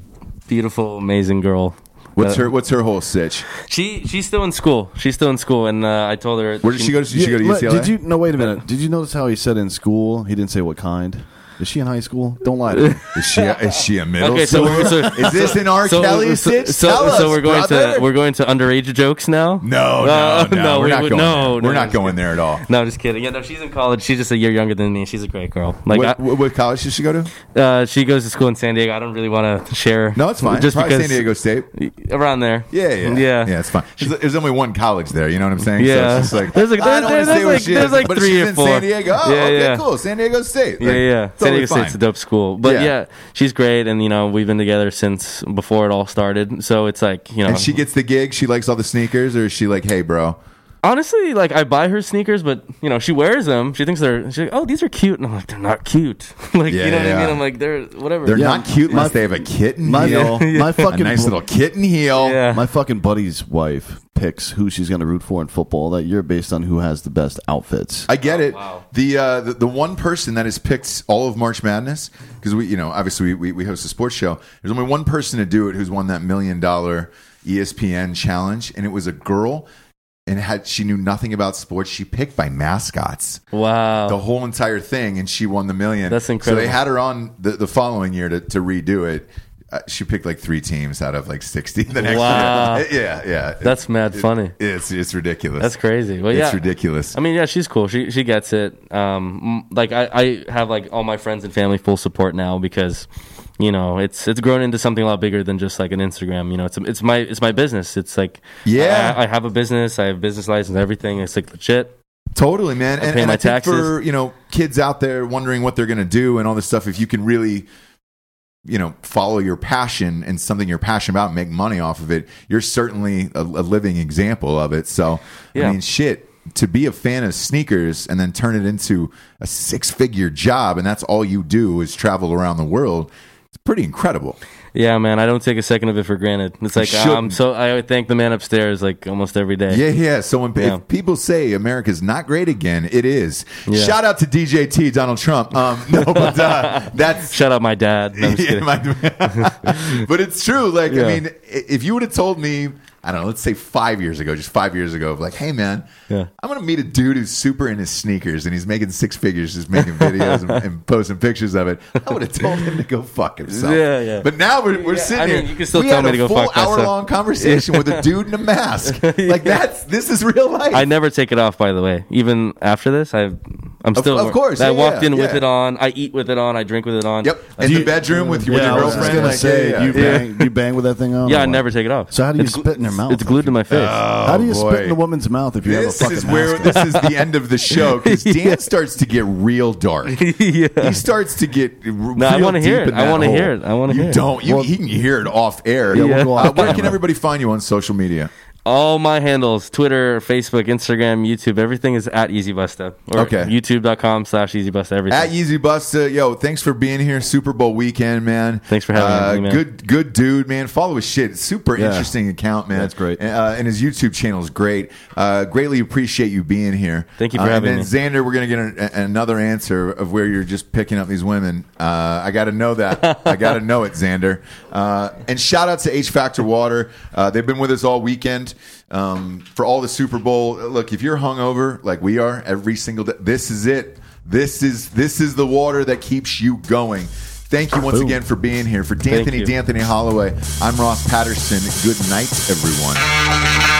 Speaker 5: beautiful, amazing girl.
Speaker 1: What's
Speaker 5: Uh,
Speaker 1: her What's her whole sitch?
Speaker 5: She she's still in school. She's still in school, and uh, I told her
Speaker 1: Where did she go? Did she go to
Speaker 4: Yeah,
Speaker 1: UCLA?
Speaker 4: Did you? No, wait a minute. Did you notice how he said in school? He didn't say what kind. Is she in high school? Don't lie. to me.
Speaker 1: [LAUGHS] Is she Is she a middle?
Speaker 5: Okay, so we're, so,
Speaker 1: is this an R.
Speaker 5: so,
Speaker 1: Kelly
Speaker 5: so,
Speaker 1: sitch?
Speaker 5: so,
Speaker 1: Tell
Speaker 5: so
Speaker 1: us,
Speaker 5: we're going
Speaker 1: brother.
Speaker 5: to we're going to underage jokes now.
Speaker 1: No, no,
Speaker 5: Uh,
Speaker 1: no,
Speaker 5: [LAUGHS] no,
Speaker 1: We're
Speaker 5: we
Speaker 1: not
Speaker 5: would-
Speaker 1: going.
Speaker 5: no,
Speaker 1: there.
Speaker 5: no,
Speaker 1: we're not
Speaker 5: just
Speaker 1: going there at all.
Speaker 5: No, just kidding. Yeah, no, she's in college. She's just a year younger than me. She's a great girl. Like,
Speaker 1: what, what, what college did she go to?
Speaker 5: I, uh, she goes to school in San Diego. I don't really want to share.
Speaker 1: No, it's fine.
Speaker 5: Just
Speaker 1: Probably
Speaker 5: because
Speaker 1: San Diego State.
Speaker 5: around there.
Speaker 1: Yeah, yeah,
Speaker 5: [LAUGHS] yeah.
Speaker 1: yeah. It's fine. There's, there's only one college there. You know what I'm saying?
Speaker 5: Yeah.
Speaker 1: So it's just like "Ah,
Speaker 5: There's like-
Speaker 1: I don't want to
Speaker 5: there's-
Speaker 1: say
Speaker 5: there's
Speaker 1: what
Speaker 5: like-
Speaker 1: she
Speaker 5: there's
Speaker 1: is,
Speaker 5: like
Speaker 1: but
Speaker 5: three
Speaker 1: she's
Speaker 5: or
Speaker 1: in
Speaker 5: four.
Speaker 1: San Diego. Oh,
Speaker 5: Yeah,
Speaker 1: okay,
Speaker 5: yeah.
Speaker 1: cool. San Diego State.
Speaker 5: Yeah,
Speaker 1: Like,
Speaker 5: yeah. San
Speaker 1: totally
Speaker 5: Diego State's
Speaker 1: fine.
Speaker 5: a dope school, but
Speaker 1: Yeah.
Speaker 5: yeah. she's great, and you know we've been together since before it all started. So it's like you know,
Speaker 1: And she gets the gig. She likes all the sneakers, or is she like, hey, bro?
Speaker 5: honestly, like I buy her sneakers, but you know she wears them. She thinks they're she's like, oh, these are cute, and I'm like, they're not cute. [LAUGHS] like
Speaker 1: Yeah,
Speaker 5: you know what
Speaker 1: yeah.
Speaker 5: I mean? I'm like, they're whatever.
Speaker 1: They're
Speaker 4: Yeah.
Speaker 1: not cute unless
Speaker 4: My-
Speaker 1: they have a kitten
Speaker 4: My,
Speaker 5: [LAUGHS]
Speaker 1: heel,
Speaker 4: my
Speaker 1: a
Speaker 4: fucking
Speaker 1: nice
Speaker 4: bl-
Speaker 1: little kitten heel.
Speaker 5: Yeah.
Speaker 4: My fucking buddy's wife picks who she's going to root for in football that year based on who has the best outfits.
Speaker 1: I get it.
Speaker 5: Oh, wow.
Speaker 1: The, uh, the the one person that has picked all of March Madness because we, you know, obviously we, we, we host a sports show. There's only one person to do it who's won that million dollar E ESPN challenge, and it was a girl, and had she knew nothing about sports. She picked by mascots
Speaker 5: wow.
Speaker 1: the whole entire thing, and she won the million.
Speaker 5: Oh. That's incredible.
Speaker 1: So they had her on the, the following year to, to redo it. Uh, she picked like three teams out of like sixty the next
Speaker 5: Wow.
Speaker 1: year. [LAUGHS] Yeah, yeah.
Speaker 5: That's mad funny.
Speaker 1: It's it's ridiculous.
Speaker 5: That's crazy. Well,
Speaker 1: It's
Speaker 5: yeah,
Speaker 1: ridiculous.
Speaker 5: I mean, yeah, she's cool. She she gets it. Um, m- like I, I have like all my friends and family full support now because, you know, it's it's grown into something a lot bigger than just like an Instagram. You know, it's it's my it's my business. It's like
Speaker 1: Yeah.
Speaker 5: I, I have a business. I have business license, everything. It's like legit.
Speaker 1: Totally, man. And,
Speaker 5: pay
Speaker 1: and
Speaker 5: my
Speaker 1: I think
Speaker 5: taxes.
Speaker 1: for you know kids out there wondering what they're going to do and all this stuff, if you can really, you know, follow your passion and something you're passionate about and make money off of it, you're certainly a, a living example of it. So, I
Speaker 5: Yeah.
Speaker 1: mean, shit. To be a fan of sneakers and then turn it into a six figure job, and that's all you do is travel around the world. It's pretty incredible.
Speaker 5: Yeah, man. I don't take a second of it for granted. It's like
Speaker 1: shouldn't.
Speaker 5: um, so I thank the man upstairs like almost every day.
Speaker 1: Yeah, yeah. So when
Speaker 5: Yeah.
Speaker 1: if people say America's not great again, it is.
Speaker 5: Yeah.
Speaker 1: Shout out to DJT, Donald Trump. Um, [LAUGHS] no, but uh, that's
Speaker 5: Shout out my
Speaker 1: [LAUGHS]
Speaker 5: dad. No, I'm just
Speaker 1: Yeah,
Speaker 5: kidding.
Speaker 1: my- [LAUGHS] but it's true. Like, I
Speaker 5: Yeah.
Speaker 1: mean, i- if you would have told me, I don't know, let's say five years ago, just five years ago, of like, hey, man,
Speaker 5: Yeah.
Speaker 1: I'm going to meet a dude who's super in his sneakers and he's making six figures, just making videos
Speaker 5: [LAUGHS]
Speaker 1: and, and posting pictures of it. I would have told him to go fuck himself.
Speaker 5: Yeah, yeah.
Speaker 1: But now we're, we're
Speaker 5: Yeah,
Speaker 1: sitting
Speaker 5: I mean,
Speaker 1: here.
Speaker 5: you can still
Speaker 1: we
Speaker 5: tell
Speaker 1: had
Speaker 5: me
Speaker 1: a
Speaker 5: to go
Speaker 1: full
Speaker 5: fuck myself.
Speaker 1: hour long conversation with
Speaker 5: [LAUGHS]
Speaker 1: a dude in a mask. Like, that's this is real life.
Speaker 5: I never take it off, by the way. Even after this, I, I'm still.
Speaker 1: of course,
Speaker 5: I
Speaker 1: yeah,
Speaker 5: walked
Speaker 1: yeah,
Speaker 5: in with
Speaker 1: yeah.
Speaker 5: it on. I eat with it on. I drink with it on.
Speaker 1: Yep.
Speaker 5: I
Speaker 1: In the
Speaker 5: do-
Speaker 1: bedroom with, your with
Speaker 4: I
Speaker 1: your
Speaker 4: was just
Speaker 1: girlfriend.
Speaker 4: gonna
Speaker 1: like,
Speaker 4: say,
Speaker 1: yeah,
Speaker 4: do
Speaker 1: yeah,
Speaker 4: you
Speaker 1: yeah.
Speaker 4: bang, do you bang with that thing on?
Speaker 5: Yeah, I
Speaker 4: Or what?
Speaker 5: never take it off.
Speaker 4: So how do you
Speaker 5: It's glu-
Speaker 4: spit in her mouth?
Speaker 5: It's glued to my face.
Speaker 4: How do you
Speaker 1: Oh, boy.
Speaker 4: spit in a woman's mouth if you
Speaker 1: This
Speaker 4: have a
Speaker 1: is
Speaker 4: fucking
Speaker 1: where
Speaker 4: mask on?
Speaker 1: this is the end of the show
Speaker 5: [LAUGHS]
Speaker 1: because Dan starts to get real dark. He
Speaker 5: yeah.
Speaker 1: starts to get r- real
Speaker 5: No, I
Speaker 1: want
Speaker 5: wanna
Speaker 1: to
Speaker 5: hear it. I wanna hear it. I wanna
Speaker 1: to
Speaker 5: hear it.
Speaker 1: You don't. You, he can hear it off air.
Speaker 4: we'll
Speaker 5: Yeah.
Speaker 4: go
Speaker 1: Uh,
Speaker 4: off
Speaker 1: where
Speaker 4: camera.
Speaker 1: can everybody find you on social media?
Speaker 5: All my handles, Twitter, Facebook, Instagram, YouTube, everything is at Easy Busta. Or
Speaker 1: Okay.
Speaker 5: YouTube.com slash Easy Busta, everything.
Speaker 1: At Yeezy Busta, yo, thanks for being here. Super Bowl weekend, man. Uh,
Speaker 5: Thanks for having me, man.
Speaker 1: Good, good dude, man. Follow his shit. Super
Speaker 4: Yeah.
Speaker 1: interesting account, man.
Speaker 4: That's great.
Speaker 1: Uh, and his YouTube channel is great. Uh, greatly appreciate you being here.
Speaker 5: Thank you for
Speaker 1: Uh,
Speaker 5: having
Speaker 1: and then, Xander, we're gonna get a, a- another answer of where you're just picking up these women. Uh, I got to know that. I got to know it, Xander. Uh, and shout out to H Factor Water. Uh, they've been with us all weekend um, for all the Super Bowl. Look, if you're hungover like we are every single day, this is it. This is this is the water that keeps you going. Thank you once again for being here. For D'Anthony
Speaker 5: you.
Speaker 1: D'Anthony Holloway, I'm Ross Patterson. Good night, everyone.
Speaker 2: Rock